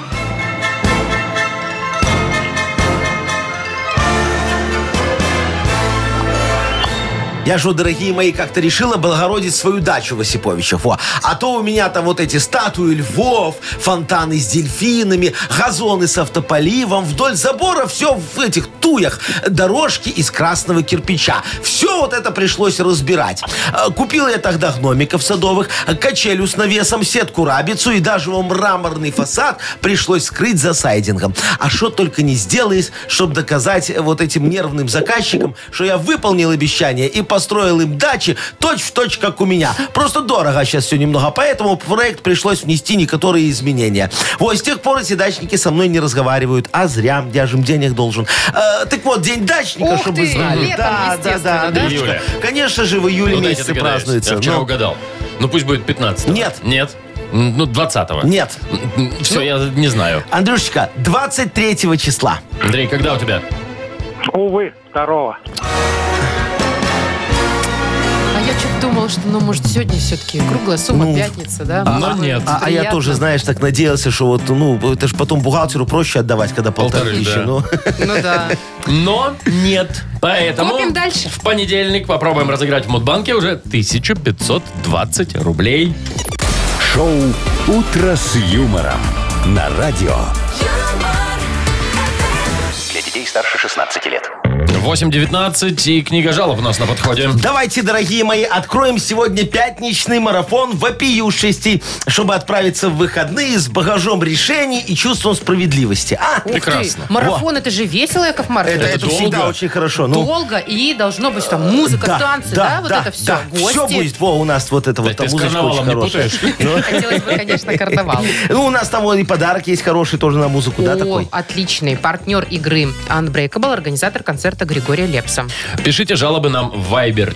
Speaker 3: Я же, вот, дорогие мои, как-то решила благородить свою дачу в Осиповичах. Во. А то у меня там вот эти статуи львов, фонтаны с дельфинами, газоны с автополивом, вдоль забора все в этих туях, дорожки из красного кирпича. Все вот это пришлось разбирать. Э, Купил я тогда гномиков садовых, качелю с навесом, сетку рабицу и даже его мраморный фасад пришлось скрыть за сайдингом. А что только не сделаешь, чтобы доказать э, вот этим нервным заказчикам, что я выполнил обещание и построил им дачи точь в точь, как у меня. Просто дорого сейчас все немного, поэтому в проект пришлось внести некоторые изменения. Вот, с тех пор эти дачники со мной не разговаривают, а зря, я же им денег должен. Э, так вот, день дачника,
Speaker 2: Ух
Speaker 3: чтобы
Speaker 2: ты,
Speaker 3: вы знали.
Speaker 2: летом,
Speaker 3: да, да,
Speaker 2: естественно,
Speaker 3: да,
Speaker 2: да?
Speaker 3: Дашечка,
Speaker 4: Июля.
Speaker 3: Конечно же, в
Speaker 4: Ну,
Speaker 3: июле
Speaker 4: дайте
Speaker 3: месяце
Speaker 4: догадаюсь.
Speaker 3: празднуется.
Speaker 4: Я вчера
Speaker 3: Ну,
Speaker 4: угадал. Ну, пусть будет 15
Speaker 3: Нет.
Speaker 4: Нет. Ну. М, Ну, 20-го.
Speaker 3: Нет.
Speaker 4: Все, я не знаю.
Speaker 3: Андрюшечка, 23 числа.
Speaker 4: Андрей, когда у тебя?
Speaker 7: Увы, второго.
Speaker 2: А я что-то думала, что, ну, может, сегодня все-таки круглая сумма,
Speaker 3: Ну,
Speaker 2: пятница, да?
Speaker 4: а,
Speaker 2: Может,
Speaker 4: нет.
Speaker 3: А, а я
Speaker 2: приятно.
Speaker 3: тоже, знаешь, так надеялся, что вот, ну, это же потом бухгалтеру проще отдавать, когда полторы,
Speaker 4: Полторы,
Speaker 3: тысячи.
Speaker 4: да.
Speaker 3: Ну,
Speaker 2: Ну да.
Speaker 4: Но нет. Поэтому
Speaker 2: Копим дальше.
Speaker 4: в понедельник попробуем разыграть в Мудбанке уже 1520 рублей.
Speaker 1: Шоу «Утро с юмором» на радио.
Speaker 6: Для детей старше 16 лет.
Speaker 4: 8.19 и книга жалоб у нас на подходе.
Speaker 3: Давайте, дорогие мои, откроем сегодня пятничный марафон вопиюшести, чтобы отправиться в выходные с багажом решений и чувством справедливости. А,
Speaker 2: Ух ты,
Speaker 4: Прекрасно.
Speaker 2: Марафон, это же весело, Яков
Speaker 3: это,
Speaker 2: Маркович.
Speaker 3: это
Speaker 4: долго?
Speaker 3: всегда очень хорошо. Ну,
Speaker 2: Долго, и должно быть там музыка, танцы, да? Вот это все.
Speaker 3: да. Все
Speaker 2: Гости.
Speaker 3: будет, во, у нас вот это вот,
Speaker 4: ты
Speaker 3: там
Speaker 4: с
Speaker 3: музычка очень
Speaker 4: карнавалом не
Speaker 3: хорошая.
Speaker 4: путаешь?
Speaker 2: Хотелось бы, конечно, карнавал.
Speaker 3: Ну, у нас там вот и подарок есть хороший тоже на музыку, да,
Speaker 2: О,
Speaker 3: такой?
Speaker 2: отличный партнер игры Unbreakable, организатор концерта Григория Лепса.
Speaker 4: Пишите жалобы нам в Viber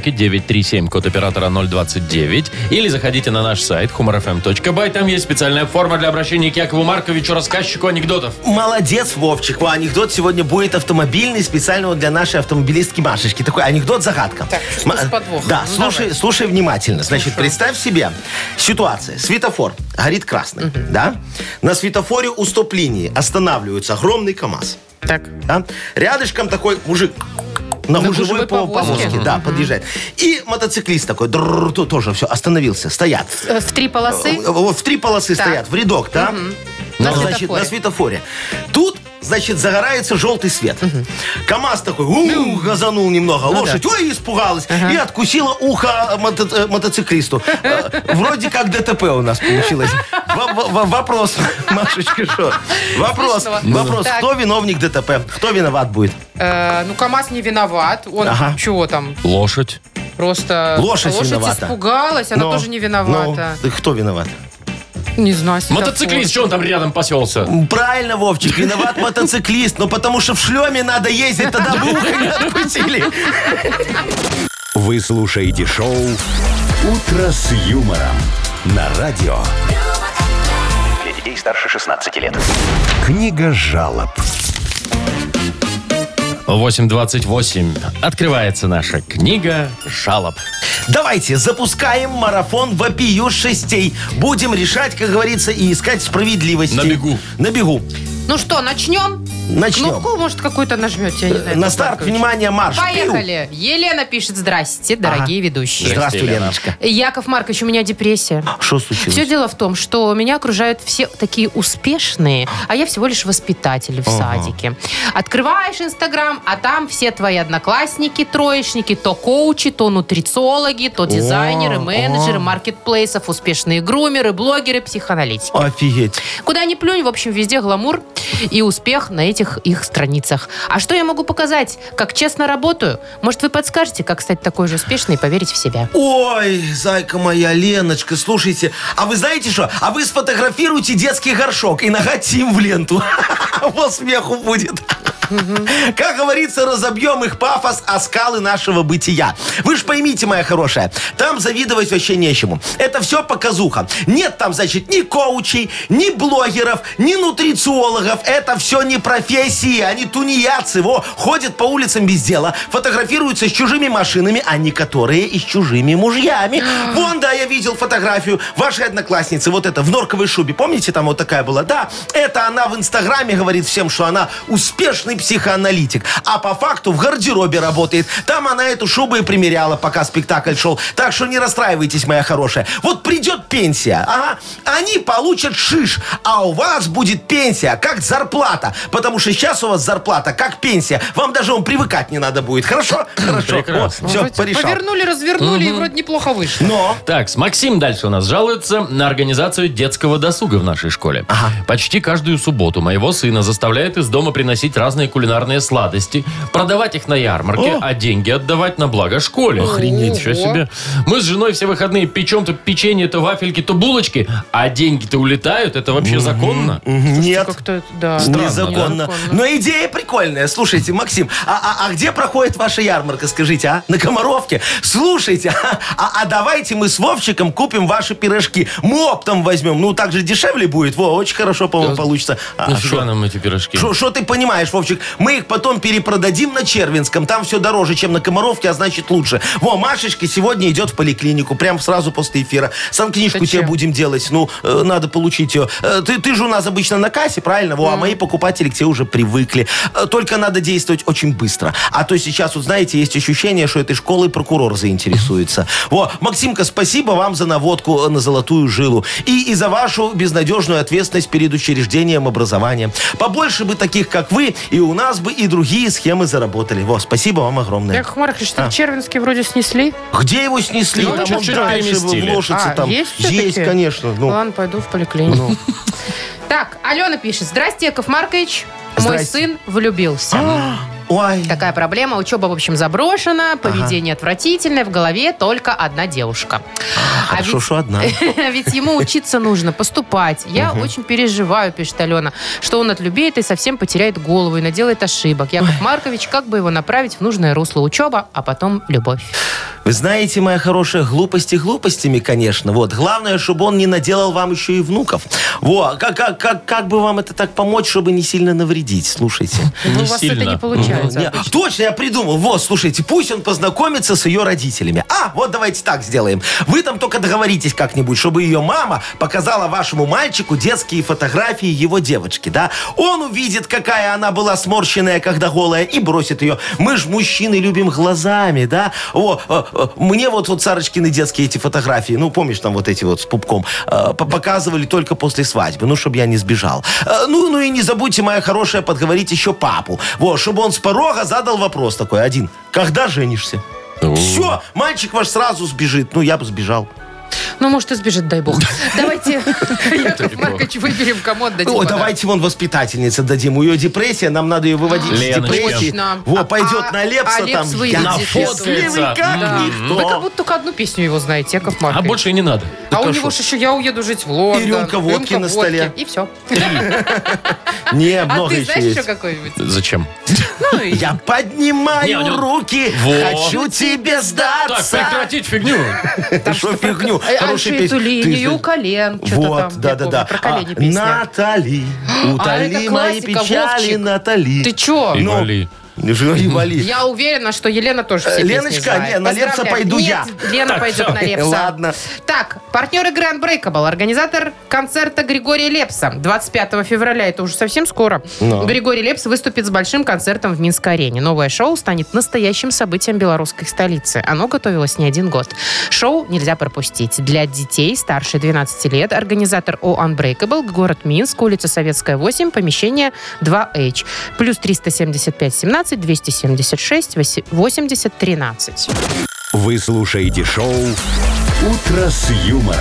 Speaker 4: 42937, код оператора 029. Или заходите на наш сайт humorfm.by. Там есть специальная форма для обращения к Якову Марковичу, рассказчику анекдотов.
Speaker 3: Молодец, Вовчик. Во, анекдот сегодня будет автомобильный, специально вот для нашей автомобилистки Машечки. Такой анекдот-загадка.
Speaker 2: Так, что
Speaker 3: М-
Speaker 2: с подвохом?
Speaker 3: Да,
Speaker 2: Ну,
Speaker 3: слушай,
Speaker 2: давай.
Speaker 3: слушай внимательно. Значит, представь себе ситуация. Светофор. Горит красный, да? На светофоре у стоп-линии останавливается огромный КАМАЗ.
Speaker 2: Так,
Speaker 3: да? Рядышком такой мужик на
Speaker 2: На
Speaker 3: гужевой
Speaker 2: гужевой
Speaker 3: по-
Speaker 2: повозке.
Speaker 3: повозке, да, подъезжает. И мотоциклист такой, «Дрррр», то- тоже все, остановился, стоят.
Speaker 2: э, в три полосы
Speaker 3: Э, Вот в три полосы
Speaker 2: Так.
Speaker 3: стоят, в рядок, да?
Speaker 2: на
Speaker 3: Ну, значит,
Speaker 2: светофоре.
Speaker 3: на светофоре. Тут, значит, загорается желтый свет. КамАЗ такой,
Speaker 2: Ну.
Speaker 3: у газанул немного. Лошадь, ой, испугалась. И откусила ухо мото- э, мотоциклисту. Э, Вроде как ДТП у нас получилось. Во- во- во- Вопрос, Машечка, что? Вопрос,
Speaker 2: Смешно.
Speaker 3: вопрос.
Speaker 2: Так.
Speaker 3: Кто виновник ДТП? Кто виноват будет?
Speaker 2: Э, ну, КамАЗ не виноват. Он
Speaker 3: Ага.
Speaker 2: чего там?
Speaker 4: Лошадь.
Speaker 2: Просто
Speaker 3: Лошадь виновата.
Speaker 2: испугалась, она
Speaker 3: Но-
Speaker 2: тоже не виновата.
Speaker 3: но Ну, Кто виноват?
Speaker 2: Не знаю. светофор.
Speaker 4: Мотоциклист, что он там рядом поселся?
Speaker 3: Правильно, Вовчик, виноват мотоциклист, но потому что в шлеме надо ездить, тогда бы ухо не откусили.
Speaker 1: Вы слушаете шоу «Утро с юмором» на радио.
Speaker 6: Для детей старше 16 лет.
Speaker 1: Книга жалоб.
Speaker 4: 8.28. Открывается наша книга жалоб.
Speaker 3: Давайте запускаем марафон вопиюшестей. Будем решать, как говорится, и искать справедливости.
Speaker 4: На бегу.
Speaker 3: На бегу.
Speaker 2: Ну что, начнем?
Speaker 3: Начнем. Э,
Speaker 2: Кнопку, может, какую-то нажмете, я не знаю.
Speaker 3: На
Speaker 2: Яков
Speaker 3: старт,
Speaker 2: Маркович.
Speaker 3: внимание, марш.
Speaker 2: Поехали. Елена пишет, здрасте, дорогие
Speaker 3: Пиу.
Speaker 2: ведущие.
Speaker 3: Здравствуй,
Speaker 4: Елена.
Speaker 3: Леночка.
Speaker 2: Яков Маркович, у меня депрессия.
Speaker 3: Что случилось?
Speaker 2: Все дело в том, что меня окружают все такие успешные, а я всего лишь воспитатель в садике. Открываешь Инстаграм, а там все твои одноклассники, троечники, то коучи, то нутрициологи, то дизайнеры, менеджеры, маркетплейсов, успешные грумеры, блогеры, психоаналитики.
Speaker 3: Офигеть.
Speaker 2: Куда ни плюнь, в общем, везде гламур и успех на этих их страницах. А что я могу показать? Как честно работаю? Может, вы подскажете, как стать такой же успешной и поверить в себя?
Speaker 3: Ой, зайка моя, Леночка, слушайте. А вы знаете что? А вы сфотографируйте детский горшок и нагадьте им в ленту. Вот смеху будет. Как говорится, разобьем их пафос о скалы нашего бытия. Вы ж поймите, моя хорошая, там завидовать вообще нечему. Это все показуха. Нет там, значит, ни коучей, ни блогеров, ни нутрициологов. Это все не профессии. Они тунеядцы. Во, ходят по улицам без дела, фотографируются с чужими машинами, а не которые и с чужими мужьями. Вон, да, я видел фотографию вашей одноклассницы. Вот это, в норковой шубе. Помните, там вот такая была? Да, это она в Инстаграме говорит всем, что она успешный психоаналитик. А по факту в гардеробе работает. Там она эту шубу и примеряла, пока спектакль шел. Так что не расстраивайтесь, моя хорошая. Вот придет пенсия, ага, они получат шиш, а у вас будет пенсия, как зарплата. Потому что сейчас у вас зарплата, как пенсия. Вам даже он привыкать не надо будет. Хорошо? Хорошо.
Speaker 4: Прекрасно.
Speaker 3: все, порешал.
Speaker 2: Повернули, развернули, и вроде неплохо вышло.
Speaker 3: Но...
Speaker 4: Так, с Максим дальше у нас жалуется на организацию детского досуга в нашей школе. Почти каждую субботу моего сына заставляют из дома приносить разные разные кулинарные сладости, продавать их на ярмарке, а деньги отдавать на благо школе. Охренеть, все себе. Мы с женой все выходные печем то печенье, то вафельки, то булочки, а деньги-то улетают, это вообще законно.
Speaker 3: Нет.
Speaker 2: Как-то, да.
Speaker 3: Незаконно. Но идея прикольная. Слушайте, Максим, а, а- а где проходит ваша ярмарка, скажите, а? На Комаровке? Слушайте, а, а- а давайте мы с Вовчиком купим ваши пирожки. Мы оптом возьмем. Ну, так же дешевле будет. Во, очень хорошо, по-моему, получится. А,
Speaker 4: Ну,
Speaker 3: а
Speaker 4: что
Speaker 3: шо?
Speaker 4: нам эти пирожки?
Speaker 3: Что ты понимаешь, Вовчик? Мы их потом перепродадим на Червинском. Там все дороже, чем на Комаровке, а значит лучше. Во, Машечка сегодня идет в поликлинику, прям сразу после эфира. Сам книжку
Speaker 2: Зачем?
Speaker 3: тебе будем делать. Ну, э, надо получить ее. Э, ты, ты же у нас обычно на кассе, правильно? Во, а мои покупатели к тебе уже привыкли. Э, только надо действовать очень быстро. А то сейчас, вот знаете, есть ощущение, что этой школой прокурор заинтересуется. Во, Максимка, спасибо вам за наводку э, на золотую жилу. И, и за вашу безнадежную ответственность перед учреждением образования. Побольше бы таких, как вы, и у нас бы и другие схемы заработали. Во, спасибо вам огромное.
Speaker 2: Яков Маркович, что Червинский вроде снесли.
Speaker 3: Где его снесли?
Speaker 4: Ну,
Speaker 3: Там он
Speaker 4: чуть-чуть
Speaker 3: дальше
Speaker 4: переместили.
Speaker 3: вложится
Speaker 2: А,
Speaker 3: там.
Speaker 2: есть все-таки?
Speaker 3: Есть, конечно. Ну.
Speaker 4: А,
Speaker 2: Ладно, пойду в поликлинику. Так, Алена пишет. Здрасте, Яков Маркович. Мой
Speaker 3: Здрасте. А.
Speaker 2: сын влюбился.
Speaker 3: Ой.
Speaker 2: Такая проблема. Учеба, в общем, заброшена, поведение отвратительное, в голове только одна девушка. А
Speaker 3: Хорошо,
Speaker 2: ведь-
Speaker 3: что одна.
Speaker 2: Ведь ему учиться нужно, поступать. Я очень переживаю, пишет Алена, что он отлюбеет и совсем потеряет голову и наделает ошибок. Яков Маркович, как бы его направить в нужное русло учеба, а потом любовь.
Speaker 3: Вы знаете, моя хорошая, глупости глупостями, конечно. Вот. Главное, чтобы он не наделал вам еще и внуков. Во, как, как, как, как бы вам это так помочь, чтобы не сильно навредить? Слушайте.
Speaker 2: Ну,
Speaker 4: Не
Speaker 2: у вас это
Speaker 4: сильно.
Speaker 2: не получается.
Speaker 3: Не,
Speaker 2: обычно.
Speaker 3: точно, я придумал. Вот, слушайте, пусть он познакомится с ее родителями. А, вот давайте так сделаем. Вы там только договоритесь как-нибудь, чтобы ее мама показала вашему мальчику детские фотографии его девочки, да? Он увидит, какая она была сморщенная, когда голая, и бросит ее. Мы ж мужчины любим глазами, да? О, э, э, мне вот, вот Сарочкины детские эти фотографии, ну, помнишь, там вот эти вот с пупком, э, по- показывали только после свадьбы, ну, чтобы я не сбежал. Э, Ну, ну и не забудьте, моя хорошая, подговорить еще папу. Вот, чтобы он с порога задал вопрос такой один. Когда женишься? Все, мальчик ваш сразу сбежит. Ну, я бы сбежал.
Speaker 2: Ну, может, и сбежит, дай бог. Давайте, Яков Маркович, выберем, кому отдадим.
Speaker 3: О,
Speaker 2: подарок.
Speaker 3: давайте вон воспитательнице дадим. У ее депрессия, нам надо ее выводить из
Speaker 4: Леночка.
Speaker 3: депрессии.
Speaker 2: Точно.
Speaker 3: Во,
Speaker 2: А-
Speaker 3: пойдет на
Speaker 2: а
Speaker 3: Лепса
Speaker 2: Лепс
Speaker 3: там.
Speaker 2: выведет
Speaker 3: я
Speaker 2: из
Speaker 3: счастливый,
Speaker 4: этого.
Speaker 3: как
Speaker 2: Да.
Speaker 3: никто.
Speaker 2: Так а вот только одну песню его знаете, Яков
Speaker 4: А
Speaker 2: Маркович.
Speaker 4: больше и не надо.
Speaker 2: А у него же еще я уеду жить в Лондон.
Speaker 3: И рюмка водки на столе.
Speaker 2: И все.
Speaker 3: Не,
Speaker 2: А
Speaker 3: много
Speaker 2: ты
Speaker 3: еще
Speaker 2: знаешь
Speaker 3: есть.
Speaker 2: еще какой-нибудь?
Speaker 4: Зачем?
Speaker 2: Ну, и-
Speaker 3: Я
Speaker 4: Не,
Speaker 3: поднимаю
Speaker 4: у него-
Speaker 3: руки,
Speaker 4: Во.
Speaker 3: хочу тебе
Speaker 4: Так,
Speaker 3: сдаться.
Speaker 4: прекратить фигню.
Speaker 3: Ты что фигню?
Speaker 2: Э,
Speaker 3: Хорошая
Speaker 2: Альфию
Speaker 3: песня.
Speaker 2: Тулинию,
Speaker 3: Ты знаешь-
Speaker 2: колен. Что-то там,
Speaker 3: Вот,
Speaker 2: я
Speaker 3: да, да,
Speaker 2: помню,
Speaker 3: да.
Speaker 2: Про колени
Speaker 3: А,
Speaker 2: песня.
Speaker 3: Натали,
Speaker 2: А,
Speaker 3: утоли
Speaker 2: это
Speaker 3: мои
Speaker 2: классика,
Speaker 3: печали,
Speaker 2: Вовчик.
Speaker 3: Натали.
Speaker 2: Ты чё?
Speaker 4: И
Speaker 3: Ну,
Speaker 4: вали.
Speaker 3: Не жри, вали.
Speaker 2: Я уверена, что Елена тоже все
Speaker 3: Э,
Speaker 2: песни
Speaker 3: Леночка,
Speaker 2: знает.
Speaker 3: не, на Лепса
Speaker 2: Поздравляю.
Speaker 3: пойду
Speaker 2: Нет,
Speaker 3: я.
Speaker 2: Лена пойдет на Лепса.
Speaker 3: Ладно.
Speaker 2: Так, партнер игры Unbreakable, организатор концерта Григория Лепса. 25 февраля, это уже совсем скоро. Григорий Лепс выступит с большим концертом в Минской арене. Новое шоу станет настоящим событием белорусской столицы. Оно готовилось не один год. Шоу нельзя пропустить. Для детей старше 12 лет организатор О Unbreakable, город Минск, улица Советская, 8, помещение 2H. Плюс 375 17 276 вось- 80 13.
Speaker 1: Вы слушаете шоу «Утро с юмором»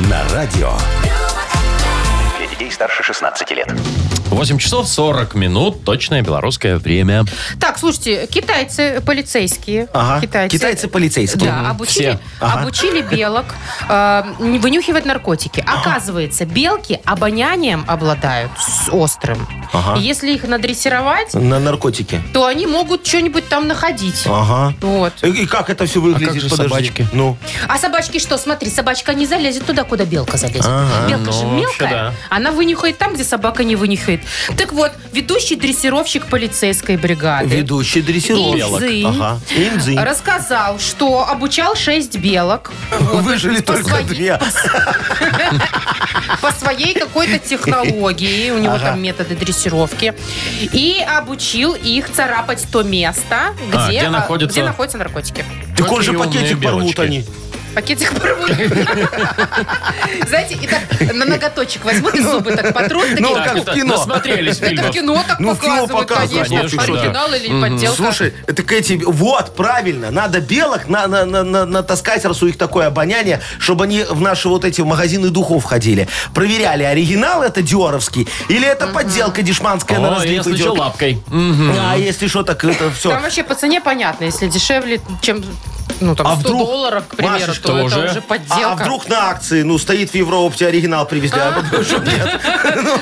Speaker 1: на радио.
Speaker 6: Для детей старше 16 лет.
Speaker 4: 8 часов 40 минут, точное белорусское время.
Speaker 2: Так, слушайте, китайцы полицейские.
Speaker 3: Ага.
Speaker 2: Китайцы.
Speaker 3: Китайцы полицейские.
Speaker 2: Да, а обучили,
Speaker 4: все.
Speaker 3: Ага.
Speaker 2: обучили белок э, не вынюхивать наркотики. Оказывается, белки обонянием обладают с острым.
Speaker 3: Ага.
Speaker 2: И если их надрессировать,
Speaker 3: На наркотики.
Speaker 2: то они могут что-нибудь там находить.
Speaker 3: Ага.
Speaker 2: Вот.
Speaker 3: И, и как это все выглядит?
Speaker 4: А же
Speaker 3: Подожди.
Speaker 4: собачки?
Speaker 3: Ну,
Speaker 2: А собачки что? Смотри, собачка не залезет туда, куда белка залезет.
Speaker 3: Ага.
Speaker 2: Белка же
Speaker 4: Ну, вообще
Speaker 2: мелкая.
Speaker 4: да.
Speaker 2: Она вынюхает там, где собака не вынюхает. Так вот, ведущий дрессировщик полицейской бригады.
Speaker 3: ведущий дрессировщик.
Speaker 2: Инзы.
Speaker 3: Ага. Инзы.
Speaker 2: Рассказал, что обучал 6 белок. Вот,
Speaker 3: Выжили
Speaker 2: по
Speaker 3: только
Speaker 2: своей-
Speaker 3: две.
Speaker 2: По своей какой-то технологии. У него там методы дрессировки. И обучил их царапать то место,
Speaker 4: А,
Speaker 2: где,
Speaker 4: где находятся-
Speaker 2: где находятся наркотики.
Speaker 3: Так он же
Speaker 4: Какие умные
Speaker 3: пакетик порвут
Speaker 4: белочки.
Speaker 3: они.
Speaker 2: Пакетик порвут. Знаете, и так на ноготочек возьмут и зубы так потрут.
Speaker 3: Ну,
Speaker 2: такие,
Speaker 3: как
Speaker 4: это
Speaker 3: в кино.
Speaker 4: Насмотрелись
Speaker 2: Это в
Speaker 4: фильмов.
Speaker 2: кино так
Speaker 3: Ну, в кино
Speaker 2: показывают,
Speaker 3: показывают,
Speaker 2: конечно.
Speaker 4: конечно, да.
Speaker 2: Оригинал или подделка.
Speaker 3: Слушай, это к эти... Вот, правильно. Надо белок на, на- на- на- натаскать, раз у них такое обоняние, чтобы они в наши вот эти магазины духов ходили. Проверяли, оригинал это диоровский или это подделка дешманская на
Speaker 4: О, я
Speaker 3: разлив
Speaker 4: слышал
Speaker 3: идет.
Speaker 4: лапкой.
Speaker 3: А если что, так это все.
Speaker 2: Там вообще по цене понятно, если дешевле, чем ну, там,
Speaker 3: А
Speaker 2: 100
Speaker 3: вдруг,
Speaker 2: долларов, к примеру,
Speaker 3: Машечка,
Speaker 2: то
Speaker 4: уже?
Speaker 2: это уже подделка.
Speaker 3: А вдруг на акции, ну, стоит в Европе оригинал привезли, а потом что нет.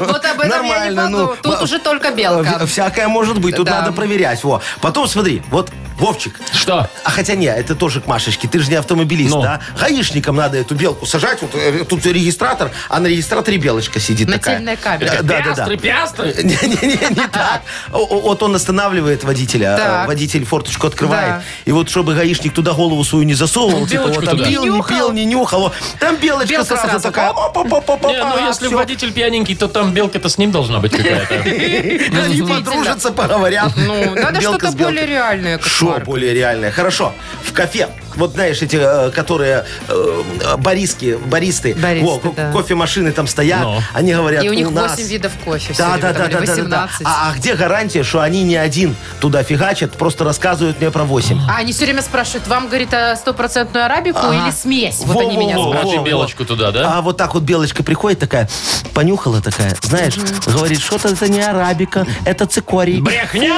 Speaker 2: Вот об этом я не
Speaker 3: Нормально,
Speaker 2: подумала.
Speaker 3: ну,
Speaker 2: Тут
Speaker 3: ма-
Speaker 2: уже только
Speaker 3: Э,
Speaker 2: белка.
Speaker 3: Всякое может быть, тут
Speaker 2: Да.
Speaker 3: надо проверять. Во. Потом смотри, вот Вовчик.
Speaker 4: Что?
Speaker 3: А хотя не, это тоже к Машечке, ты же не автомобилист,
Speaker 4: Ну.
Speaker 3: да? Гаишникам надо эту белку сажать, вот э, тут регистратор, а на регистраторе белочка сидит
Speaker 2: Нательная
Speaker 3: такая.
Speaker 2: камера.
Speaker 3: Э, Да, да,
Speaker 4: Пиастры,
Speaker 3: да.
Speaker 4: пиастры.
Speaker 3: Не-не-не, не так. О- о- Вот он останавливает водителя,
Speaker 2: Так.
Speaker 3: а водитель форточку
Speaker 2: Да.
Speaker 3: открывает. И вот, чтобы гаишник туда голову свою не засовывал, типа
Speaker 4: Белочку
Speaker 3: вот там
Speaker 4: туда.
Speaker 3: пил,
Speaker 2: Не
Speaker 3: не
Speaker 2: нюхал.
Speaker 3: пил, не нюхал. о, Там белочка
Speaker 2: Белка
Speaker 3: сразу
Speaker 2: сразу.
Speaker 3: такая. оп-оп-оп-оп-оп,
Speaker 4: Не, ну
Speaker 3: а,
Speaker 4: если
Speaker 3: всё.
Speaker 4: водитель пьяненький, то там белка-то с ним должна быть какая-то.
Speaker 3: Они подружатся, поговорят.
Speaker 2: Ну, надо
Speaker 3: Белка
Speaker 2: что-то
Speaker 3: с белкой.
Speaker 2: более реальное, как
Speaker 3: Шо
Speaker 2: Марк.
Speaker 3: более реальное? Хорошо. В кафе. Вот знаешь, эти, э, которые э, э, бариски, баристы,
Speaker 2: Баристы,
Speaker 3: Во, ко-
Speaker 2: да.
Speaker 3: кофемашины там стоят,
Speaker 4: Ну.
Speaker 3: они говорят,
Speaker 2: И у них
Speaker 3: нас...
Speaker 2: 8 видов кофе. всё
Speaker 3: Да,
Speaker 2: время
Speaker 3: да, да,
Speaker 2: там, или
Speaker 3: да, да, да, да.
Speaker 2: 18.
Speaker 3: А, а где гарантия, что они не один туда фигачат, просто рассказывают мне про 8?
Speaker 2: А они все время спрашивают, вам, говорит, а, стопроцентную арабику или смесь? Вот они меня
Speaker 3: Во-во-во.
Speaker 2: спрашивают.
Speaker 4: Каждый белочку туда, да?
Speaker 3: А вот так вот белочка приходит такая, понюхала такая, знаешь, говорит, что-то это не арабика, это цикорий.
Speaker 4: Брехня!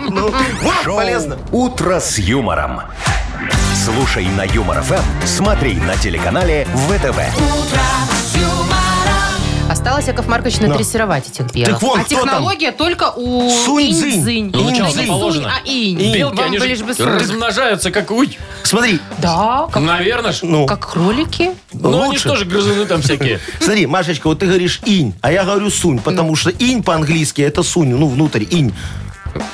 Speaker 3: Ну, вот,
Speaker 1: Шоу
Speaker 3: полезно.
Speaker 1: «Утро с юмором». Слушай на Юмор ФМ, смотри на телеканале ВТВ.
Speaker 2: Осталось, Яков Маркович, натрессировать этих белок.
Speaker 3: Так вот,
Speaker 2: а
Speaker 3: кто там?
Speaker 2: технология только у
Speaker 3: Сунь-цзинь.
Speaker 2: инь-цзинь.
Speaker 4: Ну, сначала
Speaker 2: Да не сунь,
Speaker 4: положено.
Speaker 2: а инь.
Speaker 4: Белки,
Speaker 2: Вам
Speaker 4: они
Speaker 2: бы лишь бы
Speaker 4: же
Speaker 2: сунь.
Speaker 4: размножаются, как... Уй!
Speaker 3: Смотри,
Speaker 2: Да, как,
Speaker 4: Наверное ж.
Speaker 3: ну,
Speaker 2: как кролики.
Speaker 4: Ну, они ж
Speaker 3: лучше.
Speaker 4: тоже грызуны там всякие.
Speaker 3: Смотри, Машечка, вот ты говоришь инь, а я говорю сунь, потому что инь по-английски это сунь, ну, внутрь, инь.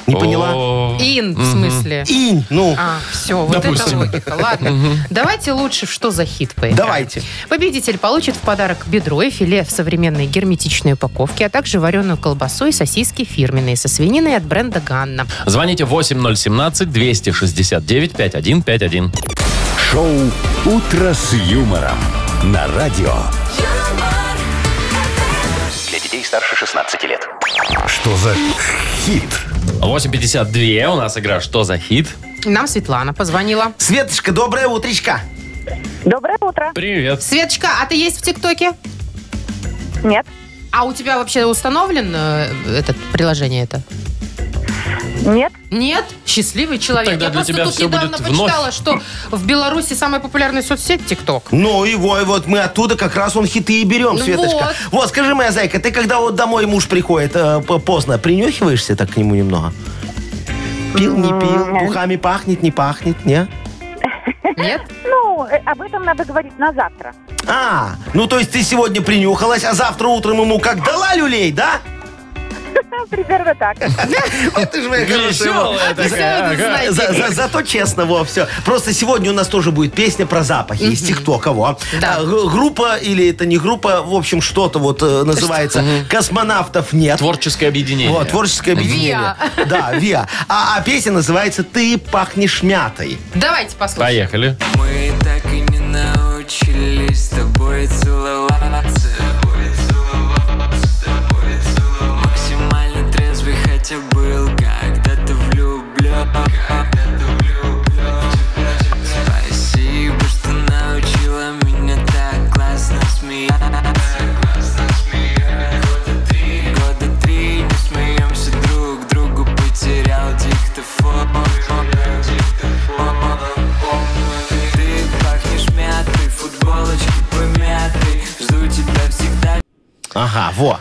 Speaker 3: Не поняла?
Speaker 4: О,
Speaker 2: Ин, в смысле.
Speaker 3: Инь, ну,
Speaker 2: А, все, вот это
Speaker 4: Допустим.
Speaker 2: логика. Ладно, давайте лучше в что за хит поиграем.
Speaker 3: давайте.
Speaker 2: Победитель получит в подарок бедро и филе в современной герметичной упаковке, а также вареную колбасу и сосиски фирменные со свининой от бренда «Ганна».
Speaker 4: Звоните 8017-269-5151.
Speaker 1: Шоу «Утро с юмором» на радио.
Speaker 5: юмор,
Speaker 6: Для детей старше 16 лет.
Speaker 1: Что за хит?
Speaker 4: 8.52 у нас игра «Что за хит?»
Speaker 2: Нам Светлана позвонила.
Speaker 3: Светочка, доброе утречка.
Speaker 8: Доброе утро.
Speaker 4: Привет.
Speaker 2: Светочка, а ты есть в ТикТоке?
Speaker 8: Нет.
Speaker 2: А у тебя вообще установлен э, этот приложение это?
Speaker 8: Нет.
Speaker 2: Нет, счастливый человек.
Speaker 4: Тогда
Speaker 2: Я
Speaker 4: для
Speaker 2: просто
Speaker 4: тебя
Speaker 2: тут
Speaker 4: всё
Speaker 2: недавно
Speaker 4: будет
Speaker 2: почитала, что в Беларуси самая популярная соцсеть ТикТок.
Speaker 3: Ну, и во, и вот мы оттуда как раз он хиты и берем,
Speaker 2: Ну
Speaker 3: Светочка. Вот. скажи, моя зайка, ты когда вот домой муж приходит э, п- поздно, принюхиваешься так к нему немного? Пил, не пил, духами пахнет, не пахнет, не?
Speaker 2: Нет?
Speaker 9: Ну, э, об этом надо говорить на завтра.
Speaker 3: А, ну то есть ты сегодня принюхалась, а завтра утром ему как дала люлей, да?
Speaker 9: Примерно так.
Speaker 3: Вот ты же моя хорошая. Вова.
Speaker 4: Веселая
Speaker 2: Ты всё это знаешь.
Speaker 3: За- за- зато честно, во, все. Просто сегодня у нас тоже будет песня про запахи из ТикТока, во.
Speaker 2: Да.
Speaker 3: А, г- Группа, или это не группа, в общем, что-то вот э, называется. Космонавтов нет.
Speaker 4: Творческое объединение.
Speaker 3: Вот, творческое объединение. Да, ВИА. А, а песня называется «Ты пахнешь мятой».
Speaker 2: Давайте послушаем.
Speaker 4: Поехали.
Speaker 10: Мы так и не научились с тобой целоваться С тобой целоваться, с тобой целоваться. Максимально трезвый, хотя был когда-то влюблен Когда-то влюблен Спасибо, что научила меня так классно смеяться классно смеяться. Года три, года три не смеемся друг другу Потерял диктофон Ты пахнешь мятой, футболочки помятой Жду тебя всегда
Speaker 3: Ага, во.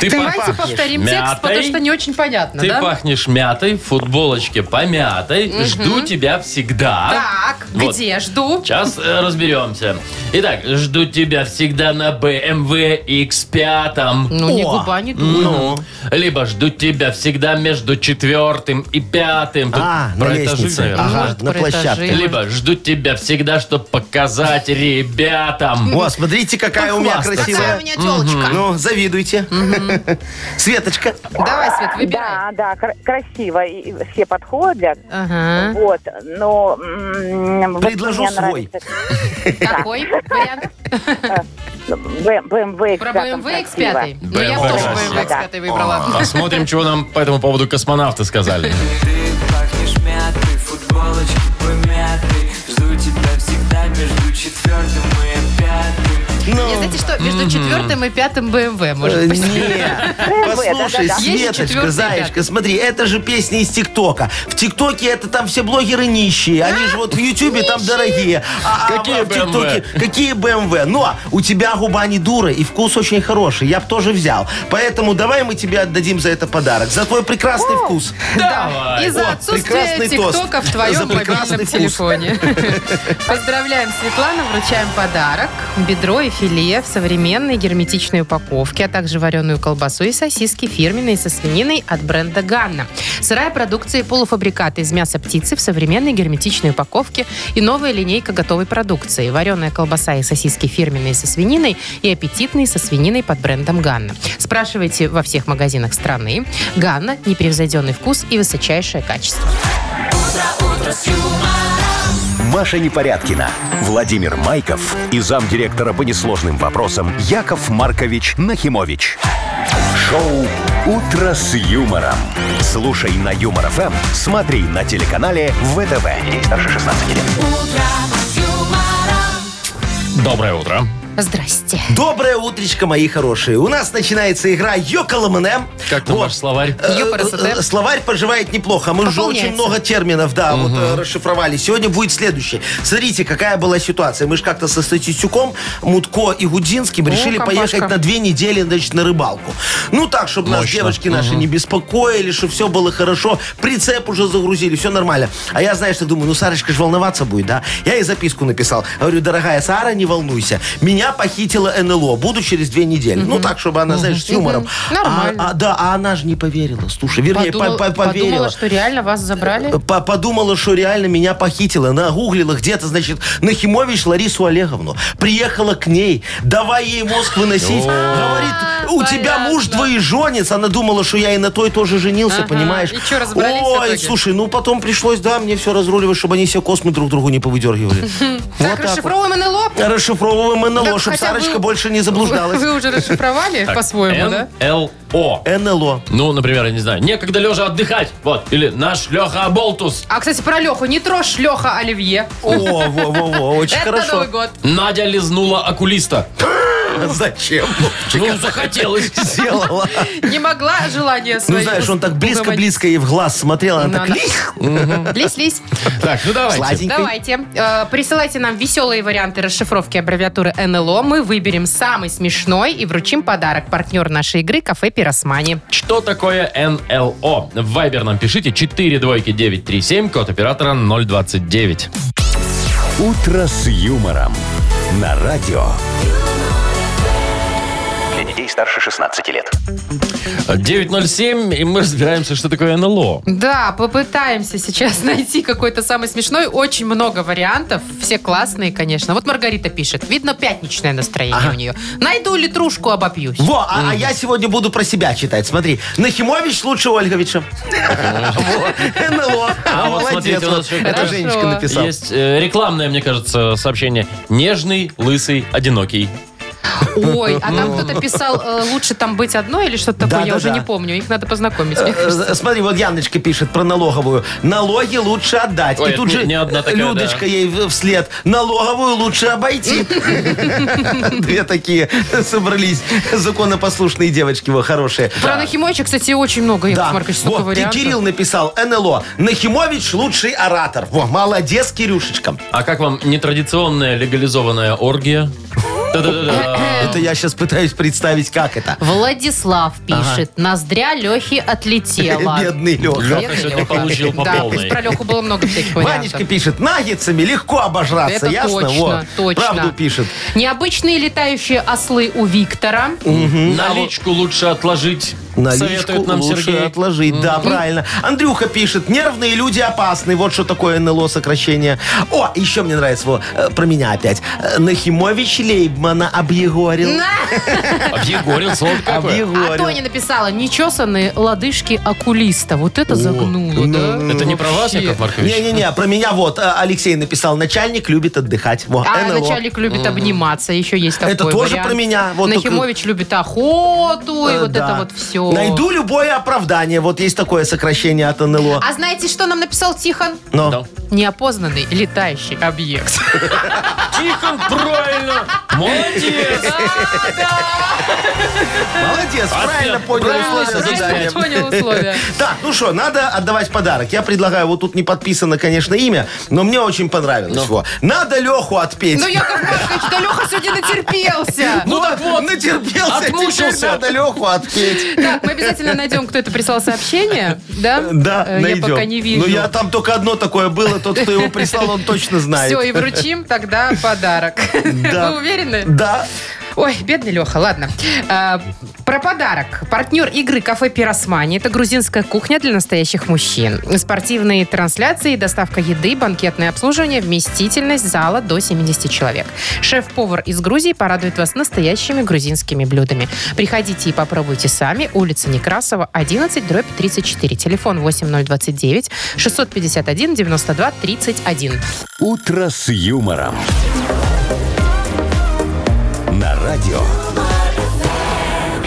Speaker 4: Ты
Speaker 2: Давайте
Speaker 4: пахнешь
Speaker 2: повторим текст, потому
Speaker 4: мятой.
Speaker 2: что не очень понятно,
Speaker 4: Ты
Speaker 2: Ну да?
Speaker 4: пахнешь мятой, в футболочке помятой. Жду тебя всегда.
Speaker 2: Так,
Speaker 4: Вот.
Speaker 2: где жду?
Speaker 4: Сейчас э, разберемся. Итак, жду тебя всегда на BMW X5.
Speaker 2: Ну, не
Speaker 3: О,
Speaker 2: губа, не дура.
Speaker 4: Ну, либо жду тебя всегда между четвертым и пятым. Тут
Speaker 3: А, на
Speaker 4: про этажи,
Speaker 3: лестнице.
Speaker 4: наверное.
Speaker 3: ага,
Speaker 2: Может,
Speaker 3: на
Speaker 2: про этажи.
Speaker 3: площадке.
Speaker 4: Либо жду тебя всегда, чтобы показать ребятам.
Speaker 3: О, смотрите, какая у меня
Speaker 4: Похвастаться.
Speaker 2: Какая у
Speaker 3: красивая.
Speaker 2: меня телочка.
Speaker 3: Ну, завидуйте. Светочка.
Speaker 2: Давай, Свет, выбирай.
Speaker 9: Да, А, да, кра- красиво. И и все подходят.
Speaker 2: Ага.
Speaker 9: Вот, но... м, вот
Speaker 3: А? Предложу
Speaker 9: мне
Speaker 3: свой.
Speaker 9: нравится,
Speaker 2: Какой вариант?
Speaker 9: э, Б- BMW X5.
Speaker 2: Про BMW X5. Ну, я
Speaker 4: BMW
Speaker 2: бы тоже
Speaker 4: красиво.
Speaker 2: BMW X5 выбрала.
Speaker 4: Посмотрим, чего нам по этому поводу космонавты сказали.
Speaker 10: Ты пахнешь мятой, футболочки помятой Жду тебя всегда между четвертым и пятым
Speaker 2: Не знаете что, между четвертым и пятым BMW, может быть.
Speaker 3: Нет.
Speaker 9: да-да-да.
Speaker 3: Э, Послушай,
Speaker 9: Есть
Speaker 2: же
Speaker 3: Светочка,
Speaker 2: четвертый,
Speaker 3: Заячка, смотри, это же песни из ТикТока. В ТикТоке это там все блогеры нищие. Они же вот в Ютубе там дорогие. А- а
Speaker 4: Какие
Speaker 3: в ТикТоке- Какие BMW? Но у тебя губа не дура и вкус очень хороший. Я бы тоже взял. Поэтому давай мы тебе отдадим за это подарок. За твой прекрасный вкус.
Speaker 2: Да,
Speaker 4: Давай.
Speaker 2: и за
Speaker 3: О,
Speaker 2: отсутствие
Speaker 3: прекрасный тост.
Speaker 2: ТикТока в
Speaker 3: За
Speaker 2: твоем
Speaker 3: прекрасный
Speaker 2: мобильном
Speaker 3: вкус.
Speaker 2: телефоне. Поздравляем Светлану, вручаем подарок. Бедро и филе в современной герметичной упаковке, а также вареную колбасу и сосиски фирменные со свининой от бренда «Ганна». Сырая продукция и полуфабрикаты из мяса птицы в современной герметичной упаковке и новая линейка готовой продукции. Вареная колбаса и сосиски фирменные со свининой и аппетитные со свининой под брендом «Ганна». Спрашивайте во всех магазинах страны. «Ганна» – непревзойденный вкус и высочайшее качество.
Speaker 1: Маша Непорядкина, Владимир Майков и замдиректора по несложным вопросам Яков Маркович Нахимович. Шоу «Утро с юмором». Слушай на Юмор ФМ, смотри на телеканале ВТВ. Здесь старше 16 лет.
Speaker 4: Доброе утро.
Speaker 2: Здрасте.
Speaker 3: Доброе утречко, мои хорошие. У нас начинается игра Йокол МНМ.
Speaker 4: Как там
Speaker 3: Вот.
Speaker 4: ваш словарь?
Speaker 3: Э,
Speaker 2: Юпарасете.
Speaker 3: э, Словарь поживает неплохо. Мы уже
Speaker 2: Пополняется.
Speaker 3: очень много терминов, да, вот э, расшифровали. Сегодня будет следующее. Смотрите, какая была ситуация. Мы же как-то со Статистюком, Мутко и Гудинским решили
Speaker 2: компашка.
Speaker 3: поехать на две недели, значит, на рыбалку. Ну так, чтобы нас
Speaker 4: Мощно.
Speaker 3: девочки наши не беспокоили, чтобы все было хорошо. Прицеп уже загрузили, все нормально. А я, знаешь, что думаю, ну Сарочка же волноваться будет, да? Я ей записку написал. Говорю, дорогая Сара, не волнуйся. Меня похитила НЛО. Буду через две недели. Ну так, чтобы она, знаешь, с юмором.
Speaker 2: Мгм.
Speaker 3: А-
Speaker 2: Нормально.
Speaker 3: а, да, а она же не поверила. Слушай, вернее,
Speaker 2: Подумал-
Speaker 3: по- по-
Speaker 2: Подумала,
Speaker 3: поверила. Э,
Speaker 2: что реально вас забрали?
Speaker 3: По- Подумала, что реально меня похитила. Нагуглила где-то, значит, Нахимович Ларису Олеговну. Приехала к ней. Давай ей мозг выносить. Говорит, у тебя муж
Speaker 2: понятно.
Speaker 3: двоеженец. Она думала, что я и на той тоже женился,
Speaker 2: Ага.
Speaker 3: понимаешь?
Speaker 2: И чё, разобрались в
Speaker 3: Ой,
Speaker 2: итоге?
Speaker 3: слушай, ну потом пришлось, да, мне все разруливать, чтобы они все космы друг другу не повыдергивали.
Speaker 2: Так, расшифровываем НЛО?
Speaker 3: Расшифровываем НЛО,
Speaker 2: Так,
Speaker 3: чтобы
Speaker 2: хотя
Speaker 3: Сарочка
Speaker 2: вы-
Speaker 3: больше не заблуждалась.
Speaker 2: Вы уже расшифровали
Speaker 4: Так,
Speaker 2: по-своему, да?
Speaker 4: НЛО.
Speaker 3: НЛО.
Speaker 4: Ну, например, я не знаю, некогда лежа отдыхать. Вот. Или наш Леха Болтус.
Speaker 2: А, кстати, про Леху. Не трожь Леха Оливье.
Speaker 3: О, во, во, во, очень
Speaker 2: Это
Speaker 3: хорошо.
Speaker 2: Новый год.
Speaker 4: Надя лизнула окулиста.
Speaker 3: Зачем?
Speaker 4: Ну, захотелось.
Speaker 3: Сделала.
Speaker 2: Не могла желание
Speaker 3: Ну,
Speaker 2: свое.
Speaker 3: знаешь, он так близко-близко ей в глаз смотрел,
Speaker 4: Ну,
Speaker 3: она так
Speaker 2: Надо.
Speaker 3: лих,
Speaker 2: Лись, лись.
Speaker 4: Так, ну давайте.
Speaker 3: сладенькой.
Speaker 2: Давайте. Э, присылайте нам веселые варианты расшифровки аббревиатуры НЛО. Мы выберем самый смешной и вручим подарок. Партнер нашей игры «Кафе Пиросмани».
Speaker 4: Что такое НЛО? В Viber нам пишите 4 двойки 937, код оператора 029.
Speaker 1: «Утро с юмором» на радио.
Speaker 6: Для детей старше 16 лет.
Speaker 4: 907, и мы разбираемся, что такое НЛО.
Speaker 2: Да, попытаемся сейчас найти какой-то самый смешной. Очень много вариантов. Все классные, конечно. Вот Маргарита пишет. Видно, пятничное настроение у нее. Найду литрушку, обопьюсь.
Speaker 3: Во, а, а я сегодня буду про себя читать. Смотри, Нахимович лучше Ольговича. Во, НЛО.
Speaker 4: А вот
Speaker 3: Молодец.
Speaker 4: смотрите, у нас еще
Speaker 3: Это
Speaker 2: хорошо.
Speaker 3: Женечка написал.
Speaker 4: Есть э, рекламное, мне кажется, сообщение. Нежный, лысый, одинокий.
Speaker 2: Ой, а там кто-то писал, э, лучше там быть одной или что-то
Speaker 3: Да,
Speaker 2: такое, я
Speaker 3: да,
Speaker 2: уже
Speaker 3: да.
Speaker 2: не помню. Их надо познакомить. мне
Speaker 3: Э,
Speaker 2: кажется.
Speaker 3: э, Смотри, вот Яночка пишет про налоговую. Налоги лучше отдать.
Speaker 4: Ой,
Speaker 3: И тут
Speaker 4: это
Speaker 3: же
Speaker 4: не одна такая,
Speaker 3: Людочка
Speaker 4: да.
Speaker 3: ей в- вслед. Налоговую лучше обойти. Две такие собрались. Законопослушные девочки, вы хорошие.
Speaker 2: Про Нахимовича, кстати, очень много, Яков Маркович, столько
Speaker 3: Вот, ты
Speaker 2: вариантов.
Speaker 3: Кирилл написал НЛО. Нахимович лучший оратор. Во, молодец, Кирюшечка.
Speaker 4: А как вам нетрадиционная легализованная оргия? Да-да-да-да.
Speaker 3: Это я сейчас пытаюсь представить, как это.
Speaker 5: Владислав пишет. Ноздря Лехи отлетела.
Speaker 3: Бедный Леха.
Speaker 4: Леха сегодня получил по
Speaker 2: Да,
Speaker 4: полной.
Speaker 2: про Леху было много всяких вариантов.
Speaker 3: Ванечка пишет, наггетсами легко обожраться,
Speaker 2: Это
Speaker 3: ясно?
Speaker 2: точно,
Speaker 3: Вот.
Speaker 2: точно.
Speaker 3: Правду пишет.
Speaker 2: Необычные летающие ослы у Виктора.
Speaker 4: Наличку лучше отложить.
Speaker 3: Наличку
Speaker 4: Советует нам
Speaker 3: лучше
Speaker 4: Сергей.
Speaker 3: отложить. Да, правильно. Андрюха пишет, нервные люди опасны. Вот что такое НЛО сокращение. О, еще мне нравится, во, э, про меня опять. Э, Нахимович Лейбмана объегорил.
Speaker 4: А Объегорил, слово какое.
Speaker 5: А
Speaker 3: Объегорил.
Speaker 5: Тоня написала, нечесанные лодыжки окулиста. Вот это
Speaker 3: ну,
Speaker 5: загнуло, да?
Speaker 4: Это не про вас,
Speaker 5: Вообще.
Speaker 4: Яков Маркович?
Speaker 3: Не-не-не, про меня вот э, Алексей написал, начальник любит отдыхать. Во,
Speaker 5: А
Speaker 3: НЛО.
Speaker 5: начальник любит обниматься, еще есть такой
Speaker 3: Это тоже
Speaker 5: вариант.
Speaker 3: про меня. Вот
Speaker 5: Нахимович любит охоту, и
Speaker 3: Э,
Speaker 5: вот
Speaker 3: да.
Speaker 5: это вот все.
Speaker 3: Найду любое оправдание. Вот есть такое сокращение от НЛО.
Speaker 5: А знаете, что нам написал Тихон?
Speaker 3: Но.
Speaker 4: Да.
Speaker 5: Неопознанный летающий объект.
Speaker 4: Тихон, правильно. Молодец.
Speaker 3: Молодец, правильно понял
Speaker 4: правильно,
Speaker 3: условия
Speaker 4: правильно
Speaker 3: задания.
Speaker 5: понял условия.
Speaker 3: Так, ну что, надо отдавать подарок. Я предлагаю, вот тут не подписано, конечно, имя, но мне очень понравилось. Во. Надо Леху отпеть.
Speaker 5: Ну, Яков Маркович, да Леха сегодня натерпелся.
Speaker 4: Ну так вот.
Speaker 3: Натерпелся, теперь
Speaker 4: отмучился.
Speaker 3: надо Леху отпеть.
Speaker 5: Так, мы обязательно найдем, кто это прислал сообщение, да?
Speaker 3: Да,
Speaker 5: Э,
Speaker 3: найдем.
Speaker 5: Я пока не вижу.
Speaker 3: Ну, я там только одно такое было. Тот, кто его прислал, он точно знает.
Speaker 2: Все, и вручим тогда подарок.
Speaker 3: Да.
Speaker 2: Вы уверены?
Speaker 3: Да.
Speaker 2: Ой, бедный Леха, ладно. А, про подарок. Партнер игры «Кафе Пиросмани» – это грузинская кухня для настоящих мужчин. Спортивные трансляции, доставка еды, банкетное обслуживание, вместительность зала до 70 человек. Шеф-повар из Грузии порадует вас настоящими грузинскими блюдами. Приходите и попробуйте сами. Улица Некрасова, 11, дробь 34. Телефон 8029 651 92 31.
Speaker 1: «Утро с юмором». На радио.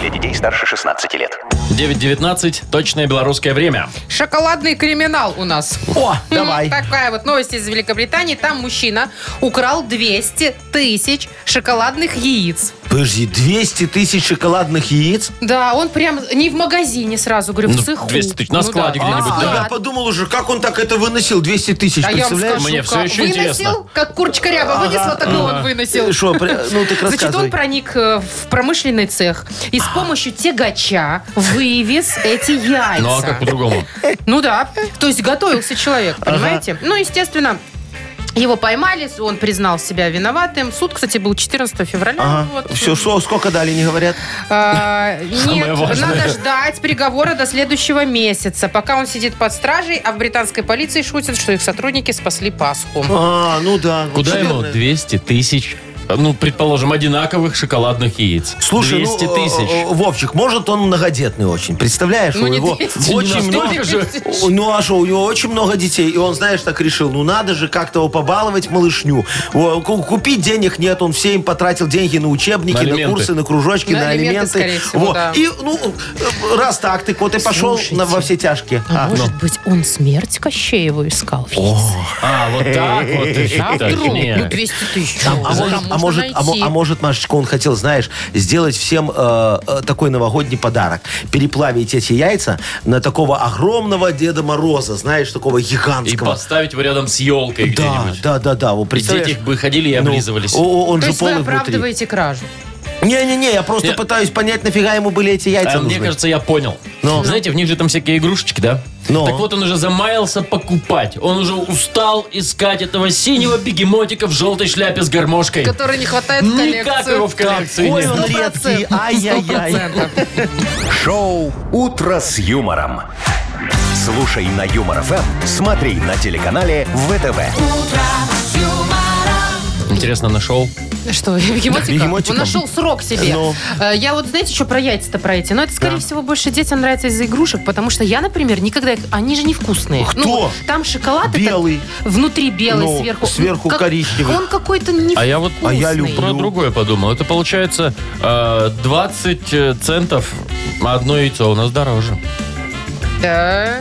Speaker 6: Для детей старше 16 лет.
Speaker 4: 9.19, точное белорусское время.
Speaker 2: Шоколадный криминал у нас.
Speaker 3: О, давай.
Speaker 2: Такая вот новость из Великобритании. Там мужчина украл 200 тысяч шоколадных яиц.
Speaker 3: Подожди, 200 тысяч шоколадных яиц?
Speaker 2: Да, он прям не в магазине сразу, говорю, в
Speaker 4: Ну,
Speaker 2: цеху.
Speaker 4: 200 тысяч на
Speaker 2: Ну
Speaker 4: складе где-нибудь,
Speaker 3: А,
Speaker 4: Да.
Speaker 3: я подумал уже, как он так это выносил? 200 тысяч,
Speaker 2: А я вам
Speaker 3: представляешь?
Speaker 2: скажу,
Speaker 4: Мне
Speaker 2: как
Speaker 4: всё еще
Speaker 2: выносил,
Speaker 4: интересно.
Speaker 2: как курочка ряба вынесла, так и он выносил.
Speaker 3: Э, шо, пр- ну, так
Speaker 2: Значит,
Speaker 3: рассказывай. А.
Speaker 2: он проник э, в промышленный цех и с помощью тягача вывез эти яйца.
Speaker 4: Ну а как по-другому?
Speaker 2: Ну да. То есть готовился человек, понимаете? Ну, естественно, его поймали, он признал себя виноватым. Суд, кстати, был 14 февраля.
Speaker 3: Ага.
Speaker 2: Вот.
Speaker 3: Все, что, сколько дали, не говорят?
Speaker 2: А,
Speaker 4: Самое
Speaker 2: Нет,
Speaker 4: важное.
Speaker 2: надо ждать приговора до следующего месяца, пока он сидит под стражей, а в британской полиции шутят, что их сотрудники спасли Пасху.
Speaker 3: А, ну да.
Speaker 4: Куда ему 200 тысяч, ну, предположим, одинаковых шоколадных яиц?
Speaker 3: Слушай,
Speaker 4: 200
Speaker 3: ну,
Speaker 4: тысяч.
Speaker 3: э, э, Вовчик, может, он многодетный очень. Представляешь,
Speaker 2: Ну,
Speaker 3: у
Speaker 2: не
Speaker 3: него
Speaker 2: 200,
Speaker 3: э, очень
Speaker 4: не
Speaker 3: много...
Speaker 4: настолько же.
Speaker 3: О, Ну, а что, у него очень много детей. И он, знаешь, так решил, ну, надо же как-то его побаловать малышню. О, ку- Купить денег нет, он все им потратил деньги на учебники,
Speaker 4: На
Speaker 3: на,
Speaker 4: алименты.
Speaker 3: курсы, на кружочки,
Speaker 2: На
Speaker 3: на,
Speaker 2: алименты,
Speaker 3: алименты.
Speaker 2: скорее всего,
Speaker 3: Во.
Speaker 2: да.
Speaker 3: И, ну, э, раз так ты, вот и пошел
Speaker 2: Слушайте.
Speaker 3: на, во все тяжкие.
Speaker 5: А
Speaker 3: А,
Speaker 5: может быть, он смерть Кощееву искал в яйце?
Speaker 4: А, вот так вот. и
Speaker 2: А
Speaker 4: так,
Speaker 2: вдруг?
Speaker 4: не.
Speaker 2: Ну, 200 тысяч.
Speaker 3: А
Speaker 2: Там
Speaker 3: может,
Speaker 2: можно
Speaker 3: а, может, а,
Speaker 2: найти.
Speaker 3: мо- а может, Машечка, он хотел, знаешь, сделать всем э, э, такой новогодний подарок. Переплавить эти яйца на такого огромного Деда Мороза, знаешь, такого
Speaker 4: И
Speaker 3: гигантского.
Speaker 4: поставить его рядом с елкой
Speaker 3: Ну, да,
Speaker 4: где-нибудь.
Speaker 3: да, да, да.
Speaker 4: И
Speaker 3: Вот представляешь?
Speaker 4: дети бы ходили и
Speaker 3: Ну,
Speaker 4: облизывались.
Speaker 3: о- о- он
Speaker 2: То
Speaker 3: же
Speaker 2: есть вы
Speaker 3: полый внутри.
Speaker 2: оправдываете кражу?
Speaker 3: Не-не-не, я просто
Speaker 4: Я-
Speaker 3: пытаюсь понять, нафига ему были эти
Speaker 4: А,
Speaker 3: яйца
Speaker 4: мне
Speaker 3: нужны.
Speaker 4: кажется, я понял.
Speaker 3: Ну.
Speaker 4: Знаете, в них же там всякие игрушечки, да?
Speaker 3: Ну.
Speaker 4: Так вот, он уже замаялся покупать. Он уже устал искать этого синего бегемотика в желтой шляпе с гармошкой.
Speaker 2: Который не хватает в
Speaker 4: Никак его
Speaker 2: коллекцию.
Speaker 4: в коллекции
Speaker 3: Ой,
Speaker 4: нет.
Speaker 3: он редкий, ай-яй-яй.
Speaker 2: 100%.
Speaker 1: Шоу «Утро с юмором». Слушай на Юмор ФМ, смотри на телеканале ВТВ.
Speaker 4: Интересно, нашел?
Speaker 5: Что, бегемотика?
Speaker 3: бегемотика.
Speaker 5: Он нашел срок себе.
Speaker 3: Ну.
Speaker 5: Э, Я вот, знаете, что про яйца-то про эти? Но это, скорее всего, больше детям нравится из-за игрушек, потому что я, например, никогда... их- Они же невкусные.
Speaker 3: Кто?
Speaker 5: Ну, там шоколад это
Speaker 3: Белый.
Speaker 5: внутри белый,
Speaker 3: Ну,
Speaker 5: сверху...
Speaker 3: сверху
Speaker 5: Как-
Speaker 3: коричневый.
Speaker 5: Он какой-то невкусный.
Speaker 4: А я вот
Speaker 3: А я люблю.
Speaker 4: про другое подумал. Это получается э, 20 э, центов одно яйцо у нас дороже.
Speaker 2: Да.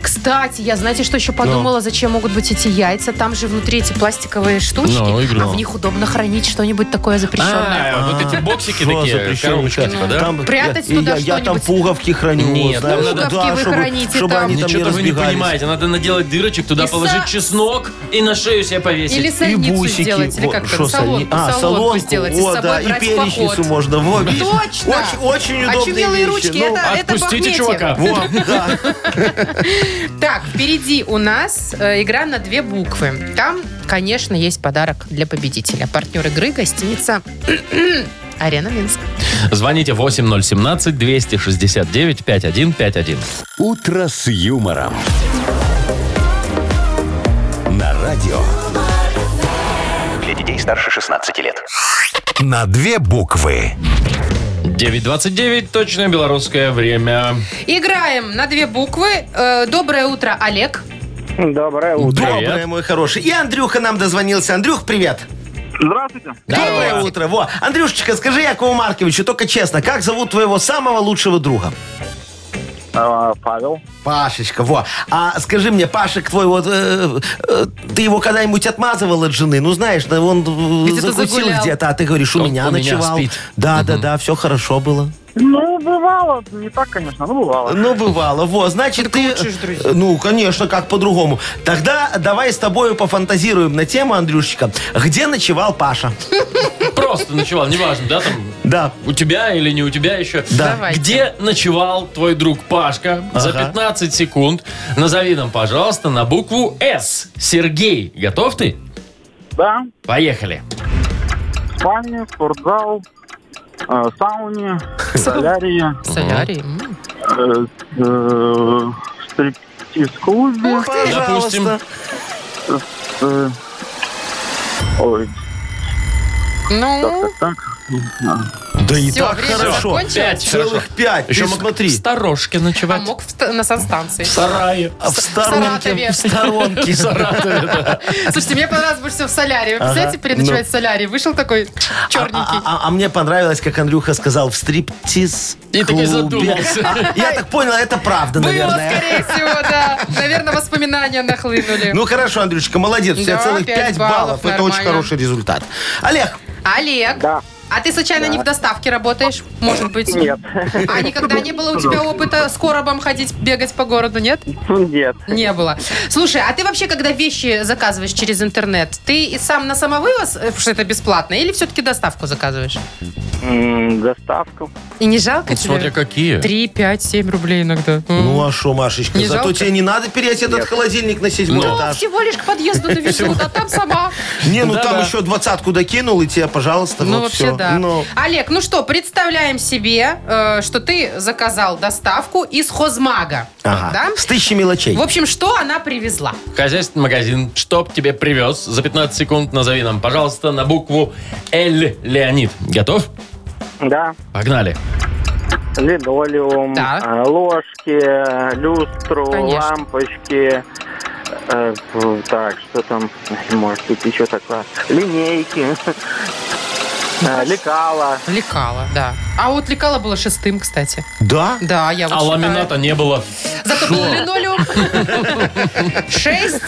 Speaker 2: Кстати, я знаете, что
Speaker 3: Ну.
Speaker 2: еще подумала, зачем могут быть эти яйца? Там же внутри эти пластиковые штучки,
Speaker 4: Ну, и
Speaker 2: а
Speaker 4: гром.
Speaker 2: в них удобно хранить что-нибудь такое запрещенное.
Speaker 4: А, вот эти боксики
Speaker 3: Что
Speaker 4: такие,
Speaker 3: запрещено?
Speaker 4: коробочки, типа, да?
Speaker 3: Там-
Speaker 2: Прятать
Speaker 3: я-
Speaker 2: туда
Speaker 3: я- Я там
Speaker 2: что-нибудь.
Speaker 3: пуговки храню.
Speaker 4: Нет, там
Speaker 3: знаешь,
Speaker 4: надо-
Speaker 2: Пуговки вы
Speaker 3: чтобы-
Speaker 2: храните
Speaker 3: чтобы
Speaker 2: там.
Speaker 3: они там
Speaker 4: Ничего-то вы не
Speaker 3: разбегались.
Speaker 4: понимаете. Надо наделать дырочек, туда
Speaker 2: И
Speaker 4: положить
Speaker 2: са-
Speaker 4: чеснок и на шею себе повесить.
Speaker 2: Или
Speaker 3: и
Speaker 2: сальницу
Speaker 3: бусики.
Speaker 2: сделать, или
Speaker 3: Во,
Speaker 2: как там,
Speaker 3: шо, сальни-
Speaker 2: солонку,
Speaker 3: а,
Speaker 2: солонку
Speaker 3: солонку.
Speaker 2: сделать, и с
Speaker 3: О,
Speaker 2: собой
Speaker 3: да, и
Speaker 2: брать в
Speaker 3: перечницу
Speaker 2: поход.
Speaker 3: можно. Вот, видишь?
Speaker 2: Точно!
Speaker 3: Очень, очень удобные
Speaker 2: Очумелые
Speaker 3: вещи.
Speaker 2: ручки,
Speaker 3: Ну,
Speaker 2: это-
Speaker 4: Отпустите
Speaker 2: Бахметьев.
Speaker 4: чувака.
Speaker 3: Вот, да.
Speaker 2: Так, впереди у нас э, игра на две буквы. Там, конечно, есть подарок для победителя. Партнер игры гостиница Арена Минск.
Speaker 4: Звоните 8017-269-5151.
Speaker 1: «Утро с юмором». На радио.
Speaker 6: Для детей старше 16 лет.
Speaker 1: На две буквы.
Speaker 4: 9.29, точное белорусское время.
Speaker 2: Играем на две буквы. Э, доброе утро, Олег.
Speaker 7: Доброе утро.
Speaker 3: Доброе, мой хороший. И Андрюха нам дозвонился. Андрюх, привет.
Speaker 7: Здравствуйте.
Speaker 3: Доброе утро. Во. Андрюшечка, скажи Якову Марковичу, только честно, как зовут твоего самого лучшего друга?
Speaker 7: А, Павел.
Speaker 3: Пашечка, во. А скажи мне, Пашек твой, вот, э, э, ты его когда-нибудь отмазывал от жены? Ну, знаешь, да, он э,
Speaker 2: Где-то
Speaker 3: закусил
Speaker 2: загулял.
Speaker 3: где-то, а ты говоришь, у
Speaker 4: Он
Speaker 3: меня
Speaker 4: у меня
Speaker 3: ночевал.
Speaker 4: спит.
Speaker 3: Да, да, да, все хорошо было.
Speaker 7: Ну, бывало. Не так, конечно, но бывало.
Speaker 3: Ну, бывало. Во, значит, ты...
Speaker 2: учишь друзей.
Speaker 3: Ну, конечно, как по-другому. Тогда давай с тобой пофантазируем на тему, Андрюшечка, где ночевал Паша?
Speaker 4: Просто ночевал, неважно, да, там
Speaker 3: Да.
Speaker 4: у тебя или не у тебя еще.
Speaker 3: Да.
Speaker 2: Давайте.
Speaker 4: Где ночевал твой друг Пашка за
Speaker 3: Ага.
Speaker 4: 15 секунд? Назови нам, пожалуйста, на букву «С». Сергей, готов ты?
Speaker 7: Да.
Speaker 4: Поехали.
Speaker 7: В бане, спортзал, э, сауне, солярии,
Speaker 2: Солярий. М.
Speaker 7: э, э, стриптиз-клубе.
Speaker 4: Допустим.
Speaker 3: Пожалуйста.
Speaker 7: э, Ой,
Speaker 2: Ну,
Speaker 7: так.
Speaker 3: Да и
Speaker 2: все,
Speaker 3: так
Speaker 2: время
Speaker 3: хорошо.
Speaker 2: закончилось.
Speaker 4: Пять.
Speaker 3: Целых
Speaker 4: Хорошо.
Speaker 3: пять.
Speaker 4: Еще
Speaker 3: Еще
Speaker 4: мог в
Speaker 3: смотри.
Speaker 4: сторожке
Speaker 2: А
Speaker 4: ночевать.
Speaker 2: мог в ст- на санстанции.
Speaker 4: В сарае.
Speaker 3: А В
Speaker 2: Саратове.
Speaker 3: сторонке, в сторонке.
Speaker 2: Слушайте, мне понравилось больше всего в солярии. Вы представляете, переночевать в солярии? Вышел такой черненький.
Speaker 3: ну. А, а- а мне понравилось, как Андрюха сказал, в стриптиз
Speaker 4: И таки задумался.
Speaker 3: Я так понял, это правда,
Speaker 2: Было,
Speaker 3: наверное.
Speaker 2: скорее всего, да. Наверное, воспоминания нахлынули.
Speaker 3: Ну хорошо, Андрюшечка, молодец. У тебя
Speaker 2: Да,
Speaker 3: целых
Speaker 2: пять
Speaker 3: 5
Speaker 2: баллов,
Speaker 3: баллов. Это очень
Speaker 2: нормально.
Speaker 3: хороший результат. Олег,
Speaker 2: Олег,
Speaker 7: Да.
Speaker 2: а ты случайно не в доставке работаешь? Может быть?
Speaker 7: Нет.
Speaker 2: А никогда не было у тебя опыта с коробом ходить, бегать по городу, нет?
Speaker 7: Нет.
Speaker 2: Не было. Слушай, а ты вообще, когда вещи заказываешь через интернет, ты и сам на самовывоз, э, потому что это бесплатно, или все-таки доставку заказываешь?
Speaker 7: М, Доставку.
Speaker 2: И не жалко
Speaker 4: Смотря
Speaker 2: тебе?
Speaker 4: какие.
Speaker 2: Три, пять, семь рублей иногда.
Speaker 3: Ну а что, Машечка,
Speaker 2: Не
Speaker 3: зато
Speaker 2: жалко?
Speaker 3: тебе не надо переть этот холодильник на седьмой
Speaker 4: Ну.
Speaker 3: этаж.
Speaker 2: Всего лишь к подъезду довезут, а там сама.
Speaker 3: Не, ну
Speaker 4: Да,
Speaker 3: там
Speaker 4: да.
Speaker 3: еще двадцатку докинул, и тебе, пожалуйста,
Speaker 2: Ну,
Speaker 3: вот
Speaker 2: вообще,
Speaker 3: все.
Speaker 2: да.
Speaker 3: Ну.
Speaker 2: Олег, ну что, представляем себе, э, что ты заказал доставку из хозмага.
Speaker 3: Ага.
Speaker 2: Да?
Speaker 3: С тысячи мелочей.
Speaker 2: В общем, что она привезла?
Speaker 4: Хозяйственный магазин, что б тебе привез за 15 секунд, назови нам, пожалуйста, на букву Л. Леонид. Готов?
Speaker 7: Да.
Speaker 4: Погнали.
Speaker 7: Линолеум,
Speaker 2: Да.
Speaker 7: э, ложки, э, люстру,
Speaker 2: Конечно.
Speaker 7: лампочки. э, фу, так, что там, может быть, еще такое? Линейки. Э, Лекала.
Speaker 2: Лекала, да. А вот лекала было шестым, кстати.
Speaker 3: Да?
Speaker 2: Да, я вот
Speaker 4: А
Speaker 2: считаю.
Speaker 4: ламината не было.
Speaker 2: Зато был линолеум. Шесть.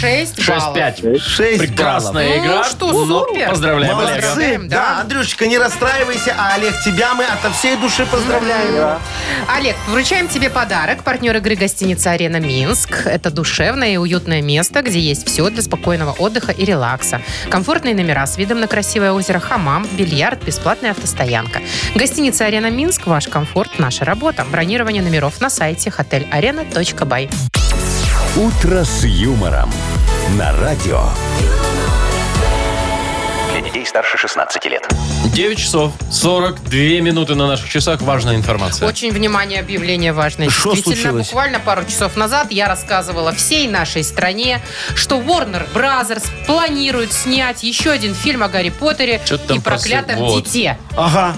Speaker 2: Шесть баллов.
Speaker 4: 6-5.
Speaker 3: Шесть баллов.
Speaker 4: Прекрасная
Speaker 2: Ну
Speaker 4: игра.
Speaker 2: что,
Speaker 4: но
Speaker 2: супер.
Speaker 4: Поздравляем Олега.
Speaker 3: Молодцы.
Speaker 2: Поздравляем, да.
Speaker 3: Да, Андрюшечка, не расстраивайся, а Олег, тебя мы ото всей души поздравляем.
Speaker 2: Олег, вручаем тебе подарок. Партнер игры гостиница «Арена Минск». Это душевное и уютное место, где есть все для спокойного отдыха и релакса. Комфортные номера с видом на красивое озеро Хамам, бильярд, бесплатная автостоянка. Гостиница «Арена Минск» – ваш комфорт, наша работа. Бронирование номеров на сайте hotelarena.by.
Speaker 1: «Утро с юмором». На радио.
Speaker 6: Для детей старше 16 лет.
Speaker 4: 9 часов 42 минуты на наших часах. Важная информация.
Speaker 2: Очень, внимание, объявление важное.
Speaker 3: Что
Speaker 2: Действительно,
Speaker 3: случилось?
Speaker 2: буквально пару часов назад я рассказывала всей нашей стране, что Warner Brothers планирует снять еще один фильм о Гарри Поттере
Speaker 4: Чё-то там
Speaker 2: и
Speaker 4: про
Speaker 2: проклятом
Speaker 4: сыр- вот.
Speaker 2: дите.
Speaker 3: Ага.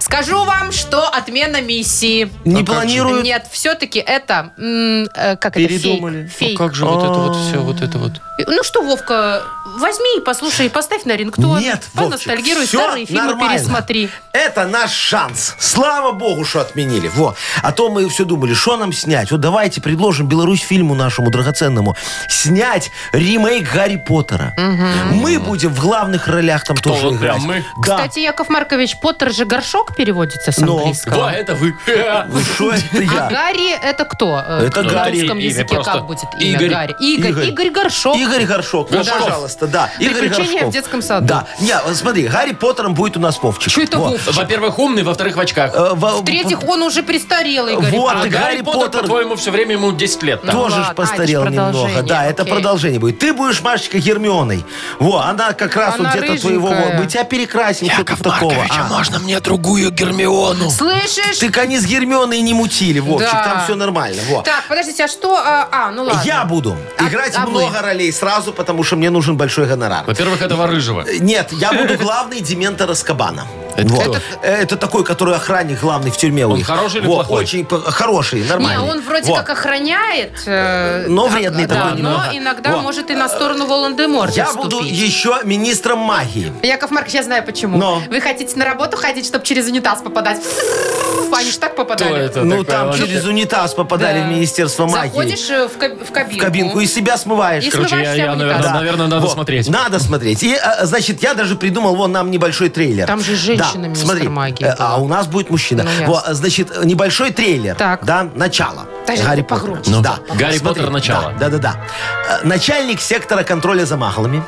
Speaker 2: Скажу вам, что отмена миссии.
Speaker 4: А
Speaker 3: Не планирую.
Speaker 2: Нет, все-таки это, м, э, как это,
Speaker 3: Передумали.
Speaker 2: фейк. фейк.
Speaker 4: Ну, как же вот это вот все, вот это вот.
Speaker 2: Ну что, Вовка, возьми и послушай, поставь на рингтон.
Speaker 3: Нет,
Speaker 2: Поностальгируй,
Speaker 3: Вовчик, всё
Speaker 2: старые фильмы
Speaker 3: нормально.
Speaker 2: пересмотри.
Speaker 3: Это наш шанс. Слава богу, что отменили. Во. А то мы все думали, что нам снять. Вот давайте предложим Беларусь фильму нашему драгоценному снять ремейк Гарри Поттера. Мы будем в главных ролях там тоже
Speaker 4: вот
Speaker 3: играть.
Speaker 4: прям мы?
Speaker 3: Да.
Speaker 2: Кстати, Яков Маркович, Поттер же горшок переводится с
Speaker 3: Но.
Speaker 2: английского.
Speaker 4: Во, это вы.
Speaker 3: Ну что это
Speaker 2: А
Speaker 3: я?
Speaker 2: Гарри это кто? Э,
Speaker 3: Это
Speaker 2: в
Speaker 3: Гарри.
Speaker 2: русском
Speaker 4: Имя
Speaker 2: языке
Speaker 4: просто.
Speaker 2: как будет имя
Speaker 4: Игорь.
Speaker 2: Гарри? Игорь.
Speaker 3: Игорь.
Speaker 2: Игорь, Горшок.
Speaker 3: Игорь Горшок. Вот,
Speaker 4: Горшков.
Speaker 3: пожалуйста, да. Игорь
Speaker 2: Приключения
Speaker 3: Горшков.
Speaker 2: в детском саду.
Speaker 3: Да. Не, вот смотри, Гарри Поттером будет у нас Вовчик.
Speaker 2: Чё это
Speaker 3: Во.
Speaker 2: Вов?
Speaker 4: Во-первых, умный, во-вторых, в очках.
Speaker 3: Э, во-
Speaker 2: В-третьих, он уже престарелый, Гарри
Speaker 3: Вот,
Speaker 2: Поттер.
Speaker 4: А
Speaker 3: ты
Speaker 4: Гарри
Speaker 3: Гарри
Speaker 4: Поттер,
Speaker 3: Поттер-
Speaker 4: по-твоему, все время ему 10 лет. там.
Speaker 3: Тоже
Speaker 2: ладно.
Speaker 3: ж
Speaker 2: А, это ж
Speaker 3: постарел немного.
Speaker 2: продолжение,
Speaker 3: Да, это
Speaker 2: окей.
Speaker 3: продолжение будет. Ты будешь, Машечка, Гермионой. Во, она как раз
Speaker 2: Она
Speaker 3: вот где-то твоего...
Speaker 2: рыженькая.
Speaker 3: во- Мы тебя перекрасим, что-то такого. А.
Speaker 4: можно мне другую Гермиону?
Speaker 2: Слышишь?
Speaker 3: Ты они с Гермионой не мутили, Вовчик.
Speaker 2: Да.
Speaker 3: Там все нормально. Во.
Speaker 2: Так, подождите, а что? А, а, ну ладно.
Speaker 3: Я буду
Speaker 2: А-
Speaker 3: играть
Speaker 2: а вы?
Speaker 3: много ролей сразу, потому что мне нужен большой гонорар.
Speaker 4: Во-первых, этого рыжего.
Speaker 3: Нет, я буду главный Дементор Скабана.
Speaker 4: Это кто?
Speaker 3: Это такой, который охранник главный в тюрьме у
Speaker 4: Он
Speaker 3: них.
Speaker 4: хороший или
Speaker 3: Во,
Speaker 4: плохой?
Speaker 3: Очень по- хороший,
Speaker 2: Не,
Speaker 3: нормальный.
Speaker 2: он вроде
Speaker 3: Во.
Speaker 2: как охраняет. э,
Speaker 3: Но
Speaker 2: так,
Speaker 3: вредный
Speaker 2: да,
Speaker 3: такой
Speaker 2: Но
Speaker 3: немного.
Speaker 2: иногда
Speaker 3: Во.
Speaker 2: может и на сторону Волан-де-Морта
Speaker 3: Я
Speaker 2: вступить.
Speaker 3: буду еще министром магии.
Speaker 2: Яков Маркович, я знаю почему.
Speaker 3: Но.
Speaker 2: Вы хотите на работу ходить, чтобы через унитаз попадать? Они же так
Speaker 4: Кто
Speaker 2: попадали.
Speaker 4: это такой?
Speaker 3: ну, там
Speaker 4: Он-
Speaker 3: через унитаз попадали
Speaker 2: Да.
Speaker 3: в Министерство магии.
Speaker 2: Заходишь э, в, каб- в
Speaker 3: в
Speaker 2: кабинку.
Speaker 3: кабинку и себя смываешь.
Speaker 2: И
Speaker 4: Короче, я,
Speaker 2: смываешься
Speaker 4: я,
Speaker 2: в
Speaker 4: наверное,
Speaker 2: унитаз.
Speaker 3: Да.
Speaker 4: наверное, надо
Speaker 3: Вот.
Speaker 4: смотреть.
Speaker 3: Надо смотреть. И, э, значит, я даже придумал вон нам небольшой трейлер.
Speaker 2: Там же женщина
Speaker 3: Да,
Speaker 2: министр
Speaker 3: смотри.
Speaker 2: магии
Speaker 3: Э,
Speaker 2: была.
Speaker 3: А у нас будет мужчина.
Speaker 2: Ну, ясно.
Speaker 3: Во, значит, небольшой трейлер.
Speaker 2: Так.
Speaker 3: Да, начало.
Speaker 2: Даже
Speaker 3: Гарри Поттер.
Speaker 2: погромче.
Speaker 4: Ну,
Speaker 3: да.
Speaker 4: Гарри Поттер начало.
Speaker 3: Да, да, да. Э, Начальник сектора контроля за махлами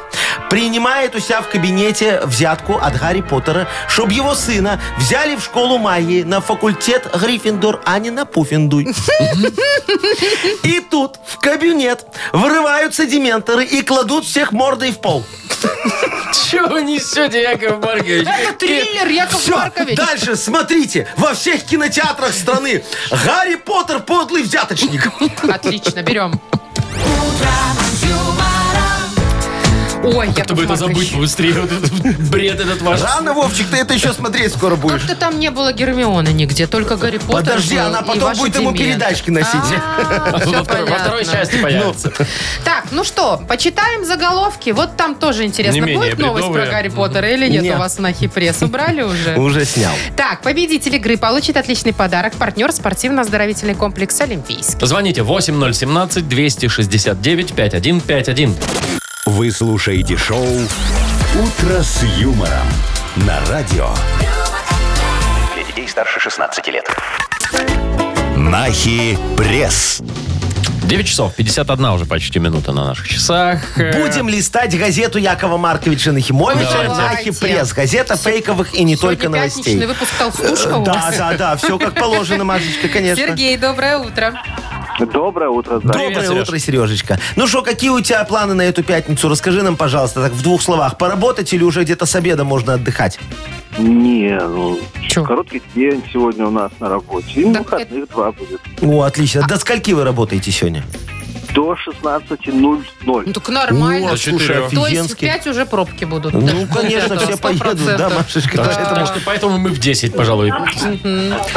Speaker 3: принимает у себя в кабинете взятку от Гарри Поттера, чтобы его сына взяли в школу магии на факультет Гриффиндор, а не на Пуффиндуй. И тут в кабинет вырываются дементоры и кладут всех мордой в пол.
Speaker 4: Чего вы несете, Яков Маркович?
Speaker 2: Это триллер, Яков
Speaker 3: Все,
Speaker 2: Маркович.
Speaker 3: дальше смотрите. Во всех кинотеатрах страны Гарри Поттер подлый взяточник.
Speaker 2: Отлично, берем. Ой, я
Speaker 4: Чтобы это забыть быстрее, вот этот бред этот ваш.
Speaker 3: Рано, Вовчик, ты это еще смотреть скоро будешь.
Speaker 2: Как-то там не было Гермиона нигде, только Гарри Поттер
Speaker 3: Подожди,
Speaker 2: был
Speaker 3: она
Speaker 2: и
Speaker 3: потом
Speaker 2: ваши
Speaker 3: будет ему
Speaker 2: дементы.
Speaker 3: передачки носить.
Speaker 2: А, всё
Speaker 4: Во второй- во второй
Speaker 2: понятно.
Speaker 4: части появится.
Speaker 2: Так, ну что, почитаем заголовки. Вот там тоже
Speaker 4: Не
Speaker 2: интересно,
Speaker 4: менее
Speaker 2: будет новость
Speaker 4: бредовые.
Speaker 2: про Гарри Поттера или нет,
Speaker 3: Нет.
Speaker 2: у вас на хипресс убрали
Speaker 4: А.
Speaker 2: уже?
Speaker 3: Уже снял.
Speaker 2: Так, победитель игры получит отличный подарок. Партнер спортивно-оздоровительный комплекс «Олимпийский».
Speaker 4: Звоните 8017-269-5151.
Speaker 1: Вы слушаете шоу «Утро с юмором» на радио.
Speaker 6: Для детей старше 16 лет.
Speaker 1: Нахи пресс.
Speaker 4: 9 часов 51 уже почти минута на наших часах. Э,
Speaker 3: Будем листать газету Якова Марковича Нахимовича
Speaker 4: Давайте.
Speaker 3: «Нахи пресс». Газета фейковых и не только
Speaker 2: Сегодня пятничный
Speaker 3: новостей. Э,
Speaker 2: выпуск «Толстушка» у
Speaker 3: Да,
Speaker 2: вас.
Speaker 3: да, да, все как положено, Машечка, конечно.
Speaker 2: Сергей, доброе утро.
Speaker 7: Доброе утро, да.
Speaker 3: Доброе
Speaker 4: Привет, Сереж.
Speaker 3: утро, Сережечка. Ну что, какие у тебя планы на эту пятницу? Расскажи нам, пожалуйста, так в двух словах. Поработать или уже где-то с обеда можно отдыхать?
Speaker 7: Не, ну,
Speaker 2: Чё?
Speaker 7: короткий день сегодня у нас на работе. И на
Speaker 2: Так
Speaker 7: выходных два будет.
Speaker 3: О, отлично. До скольки вы работаете сегодня?
Speaker 7: До 16.00.
Speaker 2: Ну так нормально.
Speaker 4: До четырех.
Speaker 2: То есть в 5 уже пробки будут.
Speaker 3: Ну, конечно, все поедут, да, Машечка? Поэтому
Speaker 4: Потому что поэтому мы в 10, пожалуй.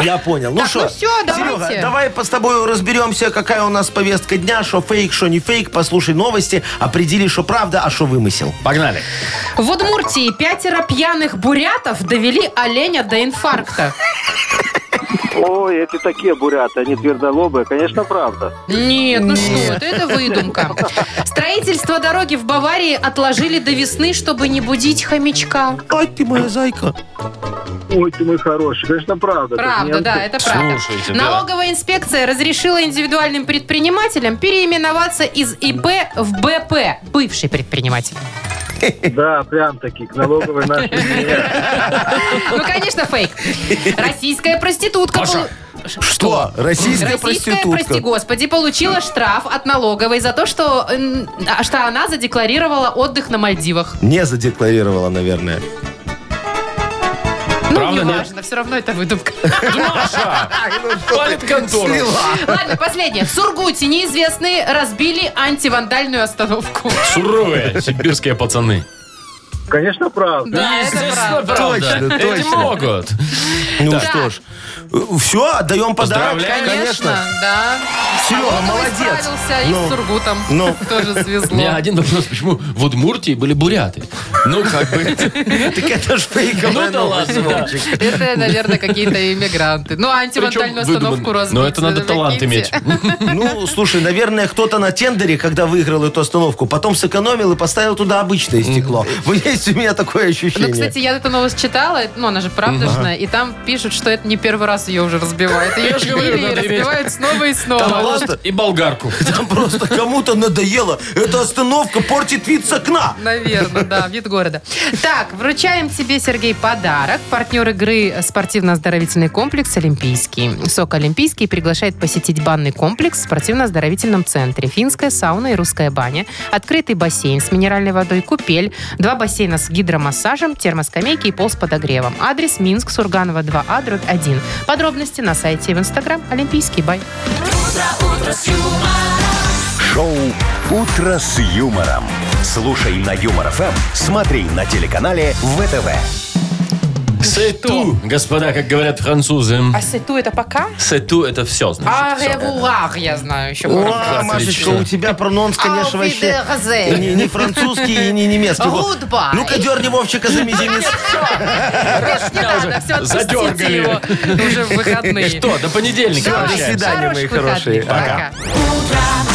Speaker 3: Я понял. Ну
Speaker 2: Так,
Speaker 3: что,
Speaker 2: ну всё, давайте.
Speaker 3: Серега, давай по- с тобой разберемся, какая у нас повестка дня, что фейк, что не фейк. Послушай новости, определи, что правда, а что вымысел.
Speaker 4: Погнали.
Speaker 2: В Удмуртии пятеро пьяных бурятов довели оленя до инфаркта.
Speaker 7: Ой, это такие буряты, они твердолобые, конечно, правда.
Speaker 2: Нет, ну что ты, это выдумка. Строительство дороги в Баварии отложили до весны, чтобы не будить хомячка.
Speaker 3: Ай, ты моя зайка.
Speaker 7: Ой, ты мой хороший, конечно, правда.
Speaker 2: Правда, да, это правда.
Speaker 4: Слушайте, да.
Speaker 2: Налоговая инспекция разрешила индивидуальным предпринимателям переименоваться из ИП в БП, бывший предприниматель.
Speaker 7: Да, прям таки, к налоговой нашей.
Speaker 2: Ну, конечно, фейк. Российская проститутка...
Speaker 4: Маша,
Speaker 2: полу- Ш-
Speaker 3: Что? Российская,
Speaker 2: Российская, прости
Speaker 3: проститутка.
Speaker 2: господи, получила штраф от налоговой за то, что, м, а, что она задекларировала отдых на Мальдивах.
Speaker 3: Не задекларировала, наверное.
Speaker 4: Правда,
Speaker 2: ну,
Speaker 4: нет?
Speaker 2: неважно, все равно это выдумка.
Speaker 4: Палит контору.
Speaker 2: Ладно, последнее. В Сургуте неизвестные разбили антивандальную остановку.
Speaker 4: Суровые сибирские пацаны.
Speaker 7: Конечно, правда.
Speaker 2: Да, это
Speaker 4: Естественно,
Speaker 2: правда.
Speaker 4: правда.
Speaker 3: Точно,
Speaker 4: Эти
Speaker 3: точно.
Speaker 4: могут.
Speaker 3: Ну
Speaker 2: Да.
Speaker 3: что ж, все, отдаем подарок.
Speaker 4: Поздравляем.
Speaker 2: да.
Speaker 3: Серега,
Speaker 2: А вот он
Speaker 3: молодец.
Speaker 2: Справился и с
Speaker 3: Ну.
Speaker 2: Сургутом.
Speaker 3: Ну.
Speaker 2: Тоже
Speaker 4: У меня
Speaker 2: свезло.
Speaker 4: один вопрос, почему в Удмуртии были буряты? Ну, как бы...
Speaker 3: Так это ж фейковая
Speaker 4: Ну да
Speaker 3: новость,
Speaker 4: ладно, да.
Speaker 3: Вовчик.
Speaker 2: Это, наверное, какие-то иммигранты. Ну, а антивандальную
Speaker 4: Причем
Speaker 2: установку
Speaker 4: выдуманные.
Speaker 2: разбить. э,
Speaker 4: Но это надо талант иметь.
Speaker 2: прикиньте.
Speaker 3: Ну, слушай, наверное, кто-то на тендере, когда выиграл эту остановку, потом сэкономил и поставил туда обычное стекло. Вот есть у меня такое ощущение.
Speaker 2: Ну, кстати, я эту новость читала, ну, она же правдушная, и там пишут, что это не первый раз ее уже разбивают. Ее
Speaker 4: Я же говорю,
Speaker 2: разбили и
Speaker 4: надо иметь.
Speaker 2: разбивают снова и снова.
Speaker 4: Талант и болгарку.
Speaker 3: Там просто кому-то надоело. Эта остановка портит вид с окна.
Speaker 2: Наверное, да, вид города. Так, вручаем тебе, Сергей, подарок. Партнер игры спортивно-оздоровительный комплекс «Олимпийский». СОК «Олимпийский» приглашает посетить банный комплекс в спортивно-оздоровительном центре. Финская сауна и русская баня, открытый бассейн с минеральной водой, купель, два бассейна с гидромассажем, термоскамейки и пол с подогревом. Адрес Минск, Сурганова 2А, дробь 1. Подробности на сайте и в Инстаграм «Олимпийский бай».
Speaker 1: Шоу «Утро с юмором». Слушай на Юмор ФМ, смотри на телеканале ВТВ.
Speaker 4: Сету, господа, как говорят французы.
Speaker 5: А сету это пока?
Speaker 4: Сету это все,
Speaker 2: А,
Speaker 4: значит. всё.
Speaker 2: я знаю еще.
Speaker 3: О, Машечка, у тебя
Speaker 2: А,
Speaker 3: прононс,
Speaker 5: А,
Speaker 3: конечно, вообще не, не французский и не немецкий. Вот.
Speaker 2: Goodbye.
Speaker 3: Ну-ка, дерни Вовчика за мизинец.
Speaker 2: Больше не надо, все, отпустите
Speaker 4: задергали.
Speaker 2: его уже в выходные.
Speaker 4: Что, до понедельника
Speaker 2: Давай,
Speaker 4: прощаемся.
Speaker 3: свидания,
Speaker 2: хороших
Speaker 3: мои
Speaker 2: выходных.
Speaker 3: хорошие.
Speaker 2: Пока.
Speaker 4: Пока.
Speaker 10: Утро